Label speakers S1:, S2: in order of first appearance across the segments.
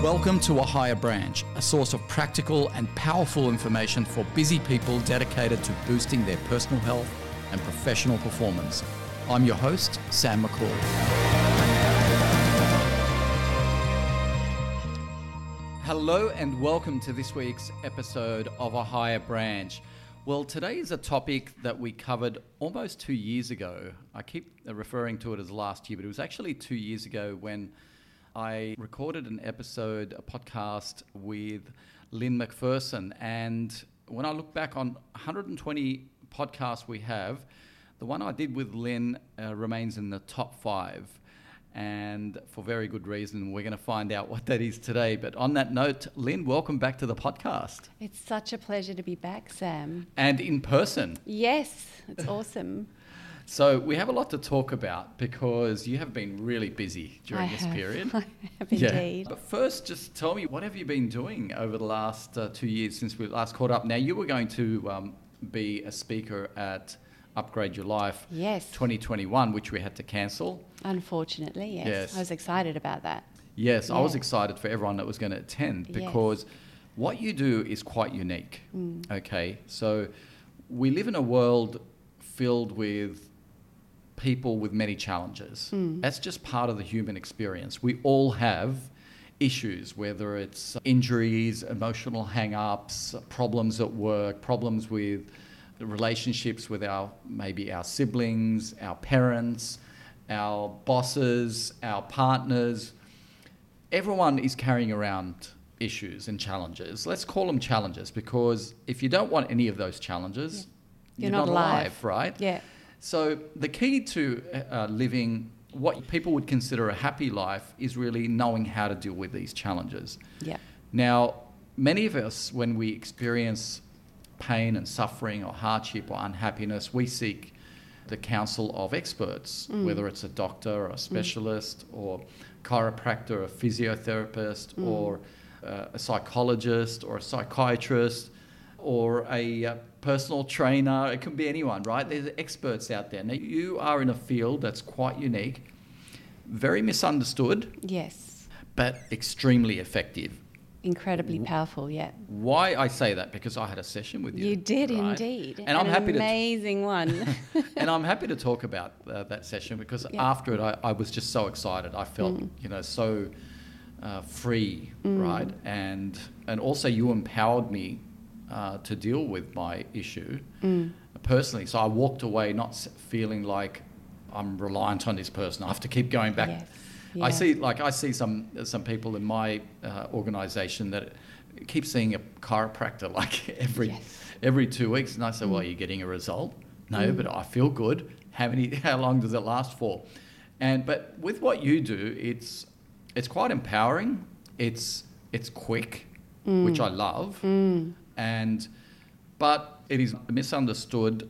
S1: Welcome to A Higher Branch, a source of practical and powerful information for busy people dedicated to boosting their personal health and professional performance. I'm your host, Sam McCall. Hello, and welcome to this week's episode of A Higher Branch. Well, today is a topic that we covered almost two years ago. I keep referring to it as last year, but it was actually two years ago when I recorded an episode, a podcast with Lynn McPherson. And when I look back on 120 podcasts we have, the one I did with Lynn uh, remains in the top five. And for very good reason, we're going to find out what that is today. But on that note, Lynn, welcome back to the podcast
S2: It's such a pleasure to be back, Sam.
S1: and in person.
S2: Yes, it's awesome.
S1: So we have a lot to talk about because you have been really busy during
S2: I
S1: this
S2: have.
S1: period.
S2: I have indeed.
S1: But first, just tell me, what have you been doing over the last uh, two years since we last caught up? Now, you were going to um, be a speaker at Upgrade Your Life
S2: Yes,
S1: 2021, which we had to cancel.
S2: unfortunately, yes.
S1: Yes.
S2: I was excited about that.
S1: Yes, I was
S2: Yeah.
S1: excited for everyone that was going to attend
S2: Yes.
S1: because what you do is quite unique.
S2: Mm.
S1: Okay, so we live in a world filled with people with many challenges.
S2: Hmm.
S1: That's just part of the human experience. We all have issues, whether it's injuries, emotional hang ups, problems at work, problems with the relationships with our maybe our siblings, our parents, our bosses, our partners everyone is carrying around issues and challenges. Let's call them challenges because if you don't want any of those challenges,
S2: You're not alive.
S1: right?
S2: Yeah,
S1: So the key to uh, living what people would consider a happy life is really knowing how to deal with these challenges.
S2: yeah,
S1: Now, many of us, when we experience pain and suffering or hardship or unhappiness, we seek the counsel of experts, whether it's a doctor or a specialist or chiropractor, a physiotherapist, or uh, a psychologist or a psychiatrist or a uh, personal trainer. It can be anyone, right? There's experts out there. Now, you are in a field that's quite unique, very misunderstood,
S2: yes.
S1: but extremely effective.
S2: Incredibly powerful, yeah.
S1: Why I say that because I had a session with you.
S2: You did
S1: right?
S2: indeed.
S1: and I'm
S2: An
S1: happy
S2: amazing one.
S1: to and I'm happy to talk about uh, that session because
S2: Yeah. Mm.
S1: after it, I, I was just so excited. I felt you know so uh, free, right? And and also you empowered me uh, to deal with my issue
S2: Mm.
S1: personally. So I walked away not s- feeling like I'm reliant on this person. I have to keep going back
S2: Yes.
S1: I
S2: Yeah.
S1: see, like, I see some some people in my uh, organisation that keep seeing a chiropractor like every
S2: Yes. Mm.
S1: every two weeks, and I say, "Well, are you getting a result?" No, but I feel good. How many? How long does it last for? And but with what you do, it's it's quite empowering. It's it's quick, which
S2: Mm.
S1: I love, and but it is misunderstood.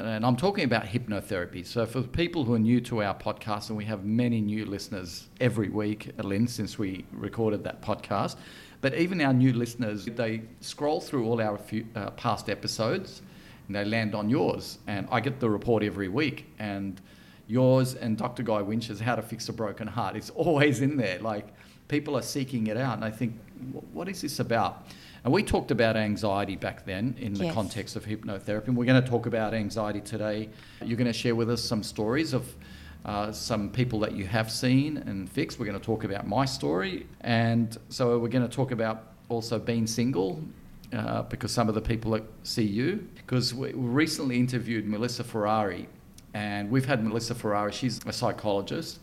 S1: And I'm talking about hypnotherapy. So, for people who are new to our podcast, and we have many new listeners every week, Lynn, since we recorded that podcast, but even our new listeners, they scroll through all our few, uh, past episodes and they land on yours. And I get the report every week. And yours and Dr. Guy Winch's How to Fix a Broken Heart. It's always in there. Like people are seeking it out and they think, "Wh- what is this about? And we talked about anxiety back then in the
S2: Yes.
S1: context of hypnotherapy. And we're going to talk about anxiety today. You're going to share with us some stories of uh, some people that you have seen and fixed. We're going to talk about my story. And so we're going to talk about also being single uh, because some of the people that see you. Because we we recently interviewed Melissa Ferrari, and we've had Melissa Ferrari, she's a psychologist,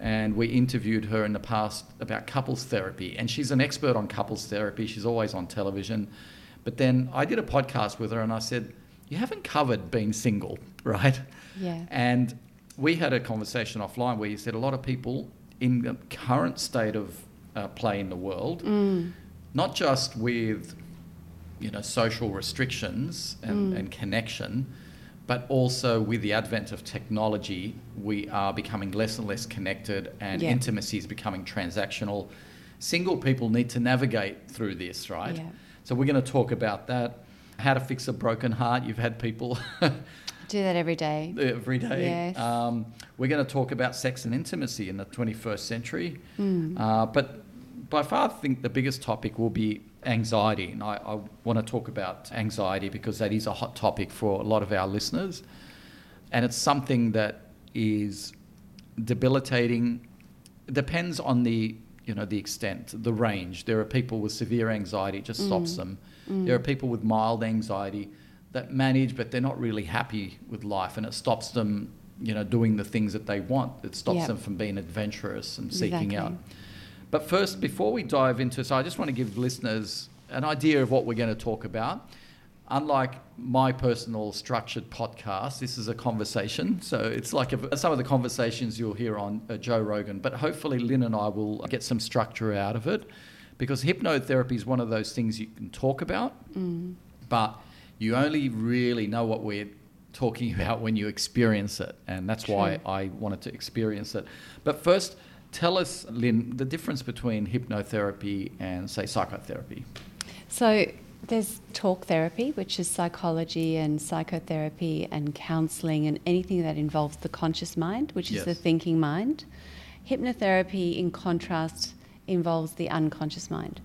S1: and we interviewed her in the past about couples therapy. And she's an expert on couples therapy, she's always on television. But then I did a podcast with her, and I said, You haven't covered being single, right?
S2: Yeah.
S1: And we had a conversation offline where you said a lot of people in the current state of uh, play in the world,
S2: Mm.
S1: not just with you know social restrictions and,
S2: Mm.
S1: and connection, but also with the advent of technology, we are becoming less and less connected, and
S2: Yeah.
S1: intimacy is becoming transactional. Single people need to navigate through this, right?
S2: Yeah.
S1: So we're going to talk about that. How to fix a broken heart. You've had people
S2: Do that every day.
S1: every day.
S2: Yes. Mm.
S1: Um, we're going to talk about sex and intimacy in the 21st century. Uh, but by far, I think the biggest topic will be anxiety. And I, I want to talk about anxiety because that is a hot topic for a lot of our listeners. And it's something that is debilitating, depends on the you know the extent, the range. There are people with severe anxiety, it just stops them. There are people with mild anxiety that manage, but they're not really happy with life, and it stops them, you know, doing the things that they want. It stops
S2: Yep.
S1: them from being adventurous and seeking
S2: Exactly.
S1: out. But first, before we dive into, so I just want to give listeners an idea of what we're going to talk about. Unlike my personal structured podcast, this is a conversation. So it's like a, some of the conversations you'll hear on uh, Joe Rogan, but hopefully Lynn and I will get some structure out of it because hypnotherapy is one of those things you can talk about,
S2: Mm.
S1: but you only really know what we're talking about when you experience it. And that's why
S2: True.
S1: I wanted to experience it. But first, tell us, Lynn, the difference between hypnotherapy and, say, psychotherapy.
S2: So there's talk therapy, which is psychology and psychotherapy and counseling and anything that involves the conscious mind, which
S1: Yes.
S2: is the thinking mind. Hypnotherapy, in contrast, involves the unconscious mind.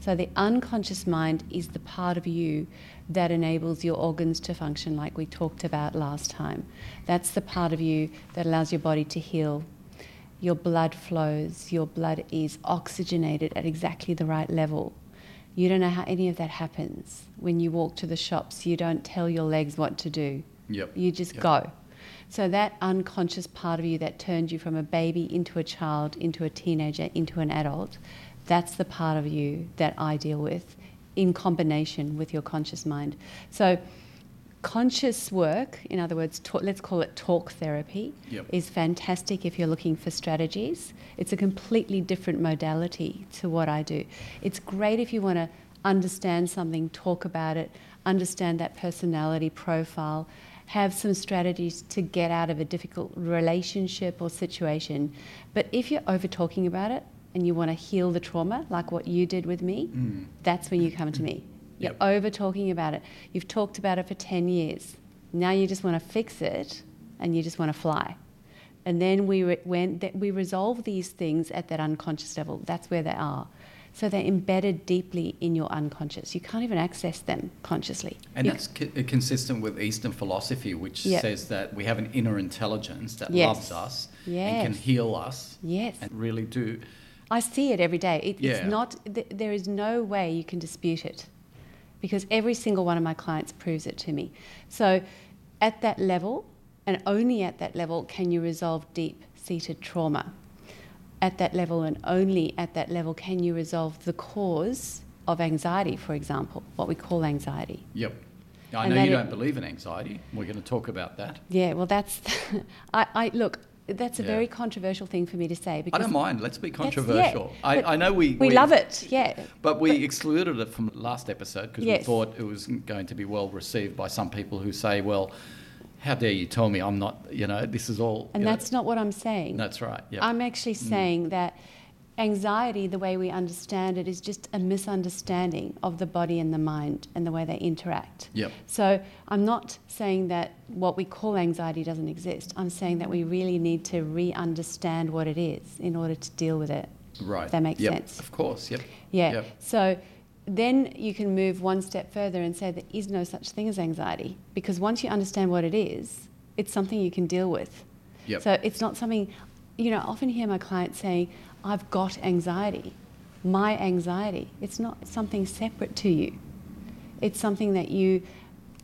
S2: So the unconscious mind is the part of you that enables your organs to function, like we talked about last time. That's the part of you that allows your body to heal your blood flows, your blood is oxygenated at exactly the right level. You don't know how any of that happens. When you walk to the shops, you don't tell your legs what to do.
S1: Yep.
S2: You just
S1: Yep.
S2: go. So that unconscious part of you that turned you from a baby into a child, into a teenager, into an adult, that's the part of you that I deal with in combination with your conscious mind. So conscious work, in other words, ta- let's call it talk therapy,
S1: Yep.
S2: is fantastic if you're looking for strategies. It's a completely different modality to what I do. It's great if you want to understand something, talk about it, understand that personality profile, have some strategies to get out of a difficult relationship or situation. But if you're over talking about it and you want to heal the trauma, like what you did with me,
S1: Mm.
S2: that's when you come to me. You're
S1: Yep.
S2: over talking about it. You've talked about it for 10 years. Now you just want to fix it and you just want to fly. And then we, re- when that we resolve these things at that unconscious level. That's where they are. So they're embedded deeply in your unconscious. You can't even access them consciously.
S1: And
S2: You
S1: that's co- consistent with Eastern philosophy, which
S2: Yep.
S1: says that we have an inner intelligence that
S2: Yes.
S1: loves us and can
S2: Yes.
S1: heal us
S2: Yes.
S1: and really do.
S2: I see it every day. It,
S1: Yeah.
S2: It's not. Th- there is no way you can dispute it, because every single one of my clients proves it to me. So, at that level, and only at that level, can you resolve deep-seated trauma. At that level, and only at that level, can you resolve the cause of anxiety, for example, what we call anxiety.
S1: Yep. I
S2: And
S1: know you
S2: that it-
S1: don't believe in anxiety. We're going to talk about that.
S2: Yeah. Well, that's. I, I look. That's a
S1: Yeah.
S2: very controversial thing for me to say
S1: I
S2: because
S1: don't mind. Let's be
S2: That's- yeah,
S1: controversial.
S2: but
S1: I, I know we,
S2: we love it. Yeah.
S1: But we excluded it from last episode because we
S2: Yes.
S1: thought it was going to be well received by some people who say, well, how dare you tell me I'm not, you know, this is all. you
S2: And
S1: know-
S2: that's not what I'm saying.
S1: that's right. Yeah.
S2: I'm actually saying that anxiety, the way we understand it, is just a misunderstanding of the body and the mind and the way they interact.
S1: Yep.
S2: So I'm not saying that what we call anxiety doesn't exist. I'm saying that we really need to re understand what it is in order to deal with it.
S1: right.
S2: if that makes
S1: Yep.
S2: sense.
S1: Of course. Yep.
S2: Yeah.
S1: Yep.
S2: So then you can move one step further and say there is no such thing as anxiety because once you understand what it is, it's something you can deal with.
S1: Yep.
S2: So it's not something, you know, I often hear my clients saying, I've got anxiety, my anxiety. It's not something separate to you. It's something that you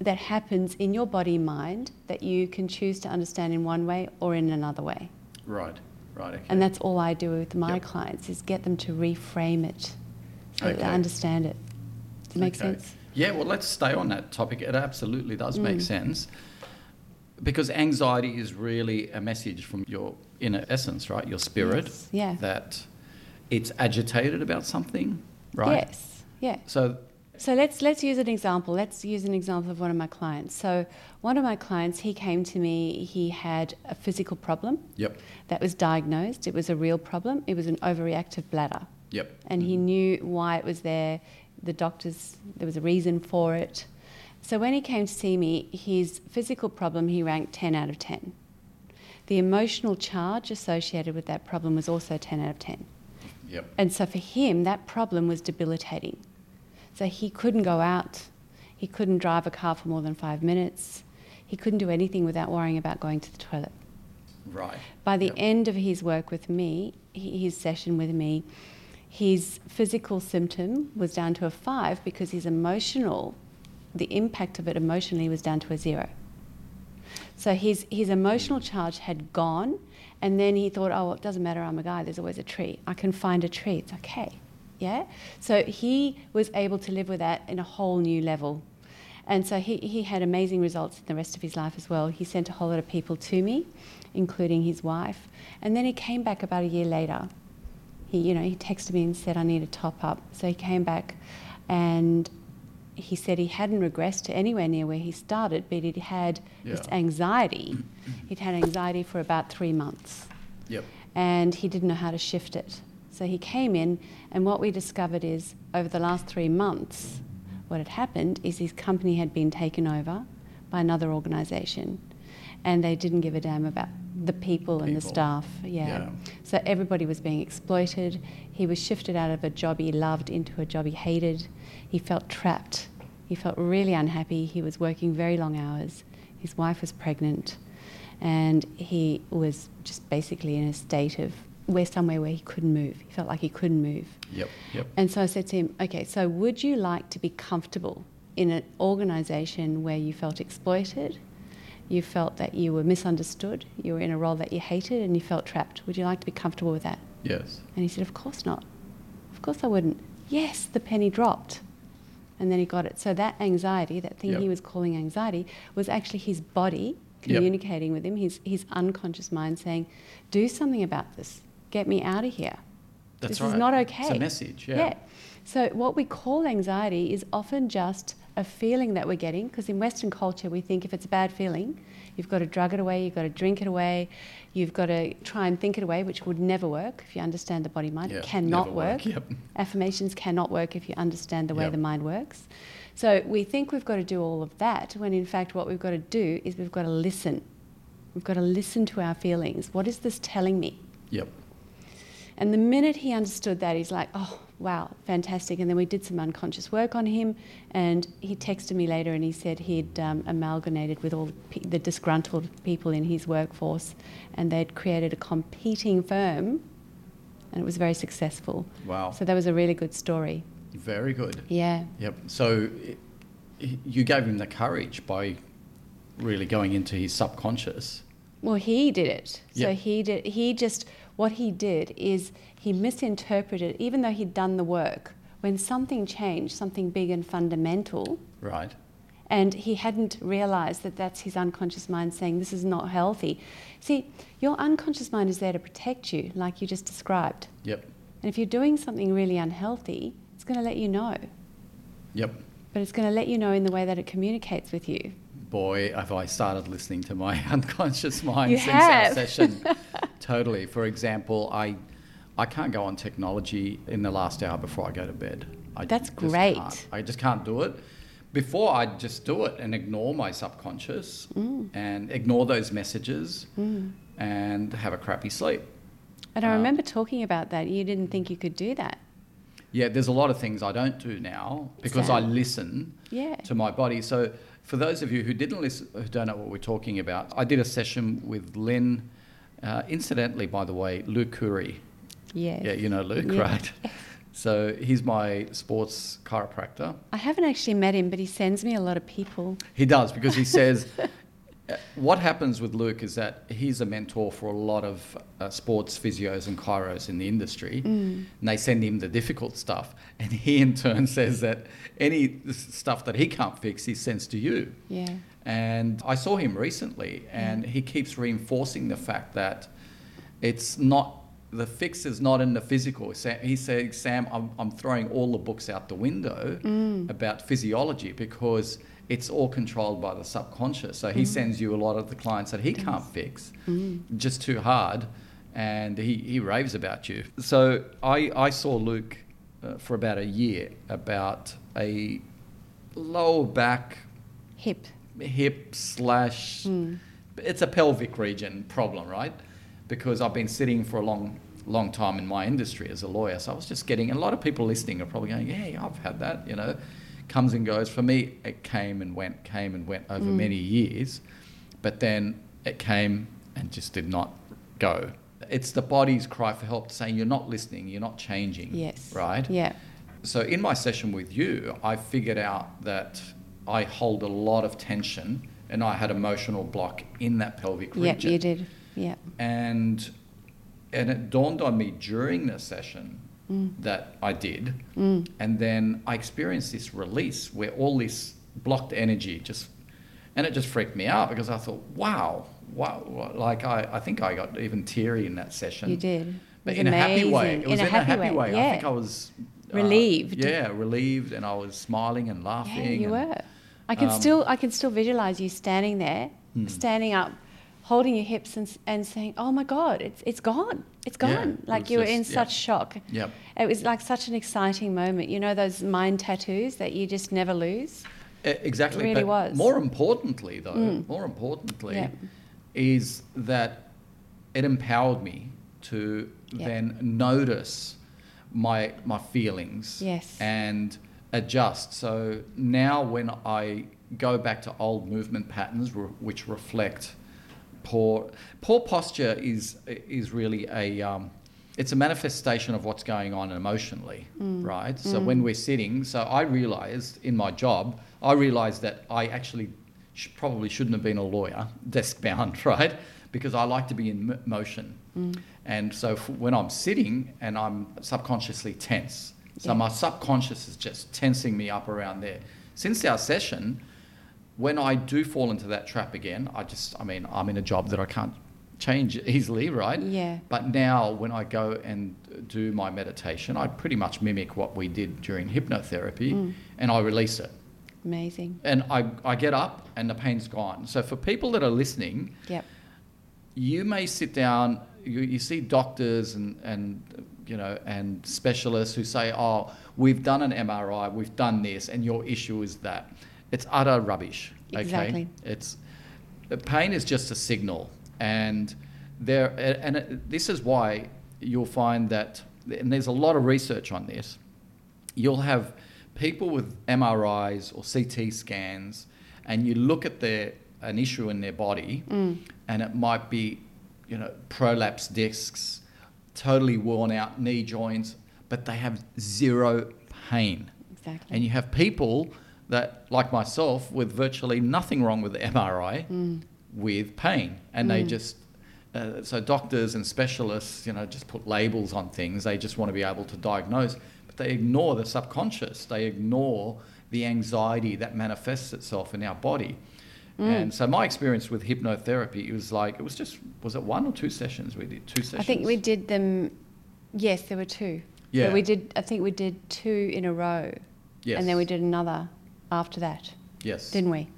S2: that happens in your body mind that you can choose to understand in one way or in another way.
S1: Right. Right. Okay.
S2: And that's all I do with my
S1: Yep.
S2: clients is get them to reframe it so that they
S1: Okay.
S2: understand it. Does it make
S1: Okay.
S2: sense? Mm.
S1: Yeah, well, let's stay on that topic. It absolutely does make sense because anxiety is really a message from your inner essence, right? Your spirit.
S2: Yes, yeah.
S1: That it's agitated about something, right?
S2: Yes. Yeah.
S1: So,
S2: So let's let's use an example. Let's use an example of one of my clients. So one of my clients, he came to me, he had a physical problem
S1: yep,
S2: that was diagnosed. It was a real problem. It was an overreactive bladder.
S1: yep.
S2: and he knew why it was there. The doctors, there was a reason for it. So when he came to see me, his physical problem he ranked 10 out of 10. The emotional charge associated with that problem was also 10 out of 10.
S1: Yep.
S2: And so for him, that problem was debilitating. So he couldn't go out, he couldn't drive a car for more than five minutes, he couldn't do anything without worrying about going to the toilet.
S1: Right.
S2: By the
S1: Yep.
S2: end of his work with me, h- his session with me, his physical symptom was down to a five because his emotional, the impact of it emotionally was down to a zero. So his, his emotional charge had gone, and then he thought, oh, well, it doesn't matter, I'm a guy, there's always a tree. I can find a tree, it's okay. Yeah? So he was able to live with that in a whole new level. And so he, he had amazing results in the rest of his life as well. He sent a whole lot of people to me, including his wife. And then he came back about a year later. He, you know, he texted me and said, I need a top up. So he came back and he said he hadn't regressed to anywhere near where he started, but he'd had this
S1: Yeah.
S2: anxiety. He'd had anxiety for about three months
S1: Yep.
S2: and he didn't know how to shift it. So he came in, and what we discovered is over the last three months, what had happened is his company had been taken over by another organisation, and they didn't give a damn about the people, and the
S1: People.
S2: staff. Yeah.
S1: Yeah.
S2: So everybody was being exploited. He was shifted out of a job he loved into a job he hated. He felt trapped. He felt really unhappy. He was working very long hours. His wife was pregnant and he was just basically in a state of where somewhere where he couldn't move. He felt like he couldn't move.
S1: Yep. Yep.
S2: And so I said to him, okay, so would you like to be comfortable in an organization where you felt exploited, you felt that you were misunderstood, you were in a role that you hated, and you felt trapped? Would you like to be comfortable with that?
S1: Yes.
S2: And he said, Of course not. Of course I wouldn't. Yes, the penny dropped. And then he got it. So that anxiety, that thing
S1: Yep.
S2: he was calling anxiety, was actually his body
S1: Yep.
S2: communicating with him, his, his unconscious mind saying, Do something about this. Get me out of here.
S1: That's
S2: this
S1: right.
S2: is not okay.
S1: It's a message. Yeah.
S2: So what we call anxiety is often just a feeling that we're getting because in Western culture we think if it's a bad feeling, you've got to drug it away, you've got to drink it away, you've got to try and think it away, which would never work if you understand the body mind.
S1: Yeah,
S2: it cannot
S1: never
S2: work.
S1: Yep.
S2: Affirmations cannot work if you understand the way
S1: Yep.
S2: the mind works. So we think we've got to do all of that when in fact what we've got to do is we've got to listen. We've got to listen to our feelings. What is this telling me?
S1: Yep.
S2: And the minute he understood that, he's like, oh, wow, fantastic. And then we did some unconscious work on him. And he texted me later and he said he'd um, amalgamated with all the pe- the disgruntled people in his workforce and they'd created a competing firm. And it was very successful.
S1: Wow.
S2: So that was a really good story.
S1: Very good.
S2: Yeah.
S1: Yep. So i- i- you gave him the courage by really going into his subconscious.
S2: Well, he did it. So
S1: Yeah.
S2: he did. He just what he did is he misinterpreted, even though he'd done the work. When something changed, something big and fundamental,
S1: Right.
S2: and he hadn't realized that that's his unconscious mind saying this is not healthy. See, your unconscious mind is there to protect you, like you just described.
S1: Yep.
S2: And if you're doing something really unhealthy, it's going to let you know.
S1: Yep.
S2: But it's going to let you know in the way that it communicates with you.
S1: Boy, have I started listening to my unconscious mind
S2: You
S1: since our
S2: have.
S1: session. totally. For example, I I can't go on technology in the last hour before I go to bed. I
S2: That's
S1: just
S2: great.
S1: can't. I just can't do it. Before I'd just do it and ignore my subconscious
S2: Mm,
S1: and ignore those messages and have a crappy sleep.
S2: And I
S1: Um,
S2: remember talking about that. You didn't think you could do that.
S1: Yeah, there's a lot of things I don't do now because I
S2: Exactly.
S1: listen
S2: Yeah.
S1: to my body. So for those of you who didn't listen, who don't know what we're talking about, I did a session with Lynn. Uh, incidentally, by the way, Luke Curry.
S2: Yes.
S1: Yeah, you know Luke,
S2: Yeah.
S1: right? So he's my sports chiropractor.
S2: I haven't actually met him, but he sends me a lot of people.
S1: He does because he says uh, what happens with Luke is that he's a mentor for a lot of uh, sports physios and chiros in the industry,
S2: Mm.
S1: and they send him the difficult stuff, and he in turn says that any s- stuff that he can't fix, he sends to you.
S2: Yeah.
S1: And I saw him recently, and he keeps reinforcing the fact that it's not the fix is not in the physical. Sa- He said, Sam, I'm, I'm throwing all the books out the window about physiology because it's all controlled by the subconscious. So he sends you a lot of the clients that he can't fix,
S2: Mm.
S1: just too hard, and he, he raves about you. So I, I saw Luke uh, for about a year about a lower back
S2: Hip. Mm.
S1: hip slash it's a pelvic region problem right because i've been sitting for a long long time in my industry as a lawyer. So I was just getting, and a lot of people listening are probably going, yeah, I've had that, you know, comes and goes. For me, it came and went, came and went over
S2: Mm.
S1: many years, but then it came and just did not go. It's the body's cry for help saying, you're not listening, you're not changing.
S2: Yes.
S1: Right?
S2: Yeah.
S1: So in my session with you, I figured out that I hold a lot of tension and I had emotional block in that pelvic
S2: Yeah,
S1: region
S2: you did. Yeah.
S1: and and it dawned on me during the session
S2: Mm.
S1: that I did,
S2: Mm.
S1: and then I experienced this release where all this blocked energy just, and it just freaked me out because I thought, wow, wow, wow. like I, I think I got even teary in that session.
S2: You did. It
S1: but
S2: was
S1: in a happy way.
S2: amazing.
S1: It was in, a happy, way.
S2: Yeah.
S1: I think I was uh,
S2: Relieved.
S1: yeah, relieved, and I was smiling and laughing.
S2: Yeah, you
S1: and-
S2: were. I can
S1: um,
S2: still I can still visualize you standing there,
S1: Hmm.
S2: standing up, holding your hips and, s- and saying, "Oh my God, it's it's gone, it's
S1: Yeah,
S2: gone!"
S1: it
S2: like
S1: was
S2: you were
S1: just-
S2: in
S1: yeah.
S2: such shock.
S1: Yep.
S2: It was like such an exciting moment. You know those mind tattoos that you just never lose.
S1: E- Exactly.
S2: really
S1: but
S2: was.
S1: More importantly, though,
S2: Mm.
S1: more importantly,
S2: Yeah.
S1: is that it empowered me to
S2: Yeah.
S1: then notice my my feelings
S2: Yes.
S1: and adjust. So now, when I go back to old movement patterns, re- which reflect poor poor posture, is is really a um, it's a manifestation of what's going on emotionally, right? So when we're sitting, so I realized in my job, I realized that I actually sh- probably shouldn't have been a lawyer, desk bound, right? Because I like to be in m- motion. And so f- when I'm sitting and I'm subconsciously tense, so
S2: Yeah.
S1: my subconscious is just tensing me up around there. Since our session, when I do fall into that trap again, I just, I mean, I'm in a job that I can't change easily, right?
S2: Yeah.
S1: But now, when I go and do my meditation, I pretty much mimic what we did during hypnotherapy and I release it.
S2: Amazing.
S1: And I, I get up and the pain's gone. So, for people that are listening,
S2: Yep.
S1: you may sit down, you, you see doctors and, and, you know, and specialists who say, oh, we've done an MRI, we've done this, and your issue is that. It's utter rubbish.
S2: Exactly.
S1: Okay? It's the pain is just a signal, and there and it, this is why you'll find that and there's a lot of research on this. You'll have people with MRIs or CT scans, and you look at their an issue in their body,
S2: Mm,
S1: and it might be, you know, prolapse discs, totally worn out knee joints, but they have zero pain.
S2: Exactly.
S1: And you have people that, like myself, with virtually nothing wrong with the MRI,
S2: Mm.
S1: with pain, and they just uh, so doctors and specialists, you know, just put labels on things. They just want to be able to diagnose, but they ignore the subconscious. They ignore the anxiety that manifests itself in our body.
S2: Mm.
S1: And so my experience with hypnotherapy, it was like it was just was it one or two sessions we did two sessions.
S2: I think we did them. Yes, there were two.
S1: Yeah.
S2: But we did. I think we did two in a row.
S1: yes.
S2: And then we did another after that,
S1: yes
S2: didn't we?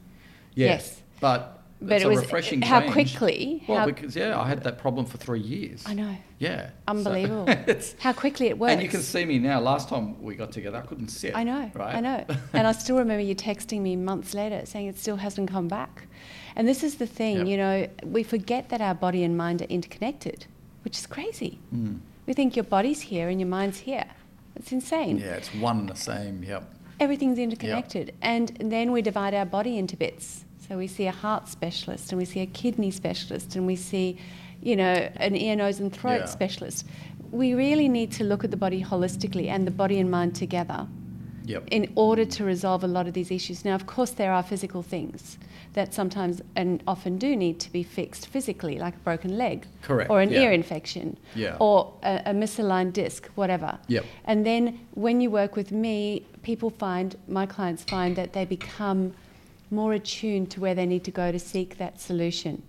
S2: yes.
S1: but
S2: But
S1: it's
S2: it was
S1: a refreshing
S2: how
S1: change.
S2: quickly.
S1: Well,
S2: how,
S1: because yeah, I had that problem for three years.
S2: I know.
S1: Yeah. So-
S2: Unbelievable.
S1: it's,
S2: How quickly it works.
S1: and you can see me now. Last time we got together, I couldn't sit.
S2: I know,
S1: Right.
S2: I know. and I still remember you texting me months later saying it still hasn't come back. And this is the thing,
S1: Yep.
S2: you know, we forget that our body and mind are interconnected, which is crazy.
S1: Mm.
S2: We think your body's here and your mind's here. It's insane.
S1: Yeah, it's one and the same. Yep.
S2: Everything's interconnected. And then we divide our body into bits. So we see a heart specialist and we see a kidney specialist and we see, you know, an ear, nose, and throat
S1: Yeah.
S2: specialist. We really need to look at the body holistically and the body and mind together
S1: Yep.
S2: in order to resolve a lot of these issues. Now, of course, there are physical things that sometimes and often do need to be fixed physically, like a broken leg,
S1: Correct,
S2: or an
S1: yeah.
S2: ear infection,
S1: Yeah.
S2: or a, a misaligned disc, whatever.
S1: Yep.
S2: And then when you work with me, people find my clients find that they become more attuned to where they need to go to seek that solution.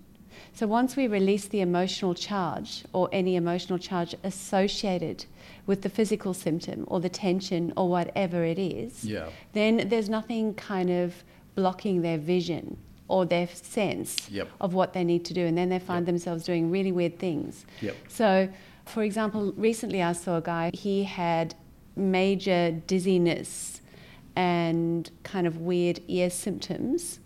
S2: So once we release the emotional charge or any emotional charge associated with the physical symptom or the tension or whatever it is,
S1: Yeah.
S2: then there's nothing kind of blocking their vision or their sense
S1: Yep.
S2: of what they need to do. And then they find
S1: Yep.
S2: themselves doing really weird things.
S1: Yep.
S2: So, for example, recently I saw a guy, he had major dizziness and kind of weird ear symptoms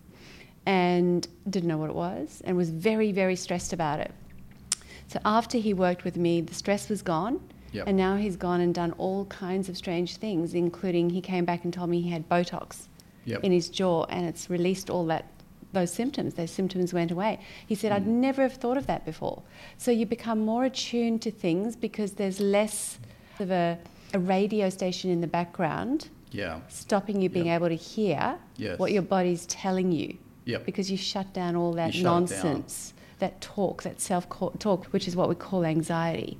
S2: and didn't know what it was and was very, very stressed about it. So after he worked with me, the stress was gone.
S1: Yep.
S2: And now he's gone and done all kinds of strange things, including he came back and told me he had Botox
S1: Yep.
S2: in his jaw and it's released all that those symptoms those symptoms went away he said
S1: Mm.
S2: i'd never have thought of that before so you become more attuned to things because there's less of a, a radio station in the background
S1: Yeah.
S2: stopping you being
S1: Yep.
S2: able to hear
S1: Yes.
S2: what your body's telling you
S1: Yep.
S2: because you shut down all that
S1: You shut it down.
S2: nonsense that talk that self talk which is what we call anxiety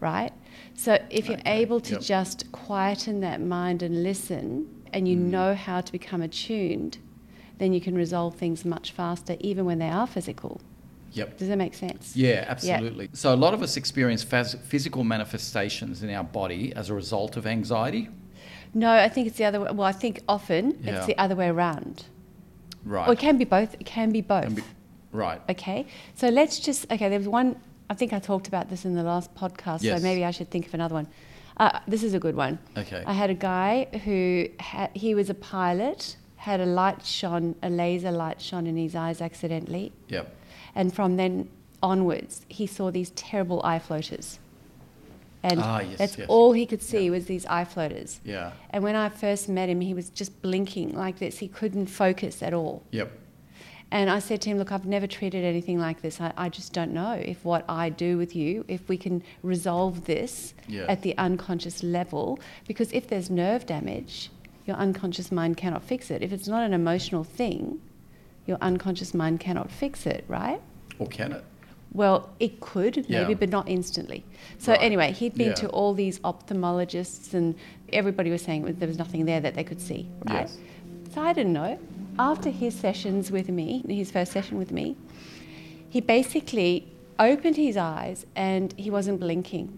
S2: right so if you're
S1: Okay,
S2: able to
S1: yep.
S2: just quieten that mind and listen and
S1: Mm.
S2: you know how to become attuned then you can resolve things much faster even when they are physical
S1: Yep.
S2: does that make sense
S1: Yeah, absolutely. So a lot of us experience phas- physical manifestations in our body as a result of anxiety.
S2: no i think it's the other way well i think often
S1: Yeah.
S2: it's the other way around
S1: Right.
S2: or it can be both it can be both
S1: Can be- right.
S2: Okay, so let's just okay. There was one. I think I talked about this in the last podcast,
S1: Yes.
S2: so maybe I should think of another one. Uh, this is a good one.
S1: Okay.
S2: I had a guy who ha- he was a pilot, had a light shone, a laser light shone in his eyes accidentally,
S1: Yep.
S2: and from then onwards, he saw these terrible eye floaters, and
S1: Ah, yes,
S2: that's
S1: yes.
S2: all he could see was these eye floaters.
S1: Yeah.
S2: And when I first met him, he was just blinking like this. He couldn't focus at all.
S1: Yep.
S2: And I said to him, Look, I've never treated anything like this. I, I just don't know if what I do with you, if we can resolve this
S1: Yeah.
S2: at the unconscious level. Because if there's nerve damage, your unconscious mind cannot fix it. If it's not an emotional thing, your unconscious mind cannot fix it, right?
S1: Or can it?
S2: Well, it could,
S1: Yeah.
S2: maybe, but not instantly. So,
S1: Right.
S2: anyway, he'd been
S1: Yeah.
S2: to all these ophthalmologists, and everybody was saying there was nothing there that they could see, right?
S1: Yes.
S2: So, I didn't know. After his sessions with me, his first session with me, he basically opened his eyes and he wasn't blinking.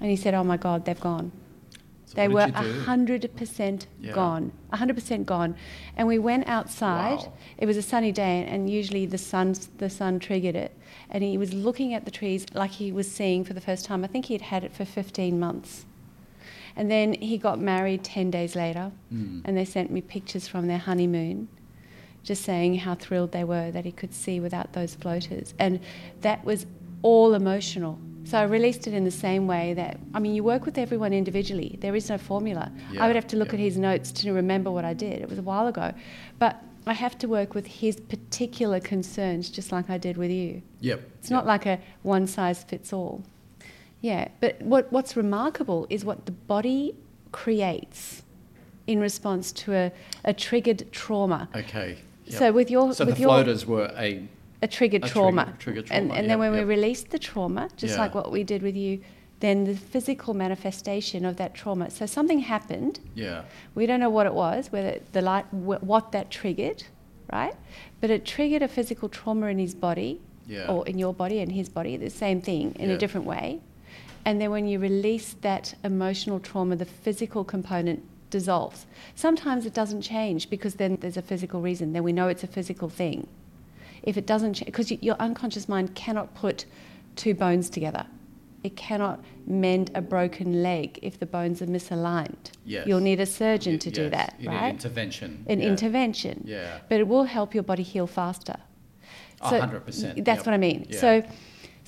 S2: And he said, Oh my God, they've gone.
S1: So
S2: They were
S1: what did you do?
S2: 100%
S1: Yeah.
S2: gone. 100% gone. And we went outside.
S1: Wow.
S2: It was a sunny day, and usually the sun, the sun triggered it. And he was looking at the trees like he was seeing for the first time. I think he had had it for 15 months. And then he got married 10 days later,
S1: Mm.
S2: and they sent me pictures from their honeymoon, just saying how thrilled they were that he could see without those floaters. And that was all emotional. So I released it in the same way that, I mean, you work with everyone individually, there is no formula. I
S1: Yeah,
S2: would have to look
S1: yeah.
S2: at his notes to remember what I did. It was a while ago. But I have to work with his particular concerns, just like I did with you.
S1: Yep.
S2: It's not like a one size fits all. Yeah, but what, what's remarkable is what the body creates in response to a, a triggered trauma.
S1: Okay. Yep.
S2: So with your
S1: So
S2: with
S1: the
S2: your
S1: floaters were a.
S2: a triggered
S1: a trigger-
S2: trauma,
S1: triggered
S2: and,
S1: trauma,
S2: and
S1: yeah,
S2: then when
S1: yeah.
S2: we released the trauma, just
S1: Yeah.
S2: like what we did with you, then the physical manifestation of that trauma. So something happened.
S1: Yeah.
S2: We don't know what it was, whether the light, wh- what that triggered, right? But it triggered a physical trauma in his body,
S1: Yeah.
S2: or in your body and his body, the same thing in
S1: Yeah.
S2: a different way. And then when you release that emotional trauma, the physical component dissolves. Sometimes it doesn't change because then there's a physical reason. Then we know it's a physical thing. If it doesn't change, because your unconscious mind cannot put two bones together. It cannot mend a broken leg if the bones are misaligned.
S1: Yes.
S2: You'll need a surgeon
S1: Y-
S2: to do
S1: yes,
S2: that,
S1: you need
S2: right?
S1: intervention.
S2: An
S1: yeah.
S2: intervention.
S1: Yeah.
S2: But it will help your body heal faster.
S1: A hundred percent,
S2: That's
S1: yep.
S2: what I mean.
S1: Yeah.
S2: So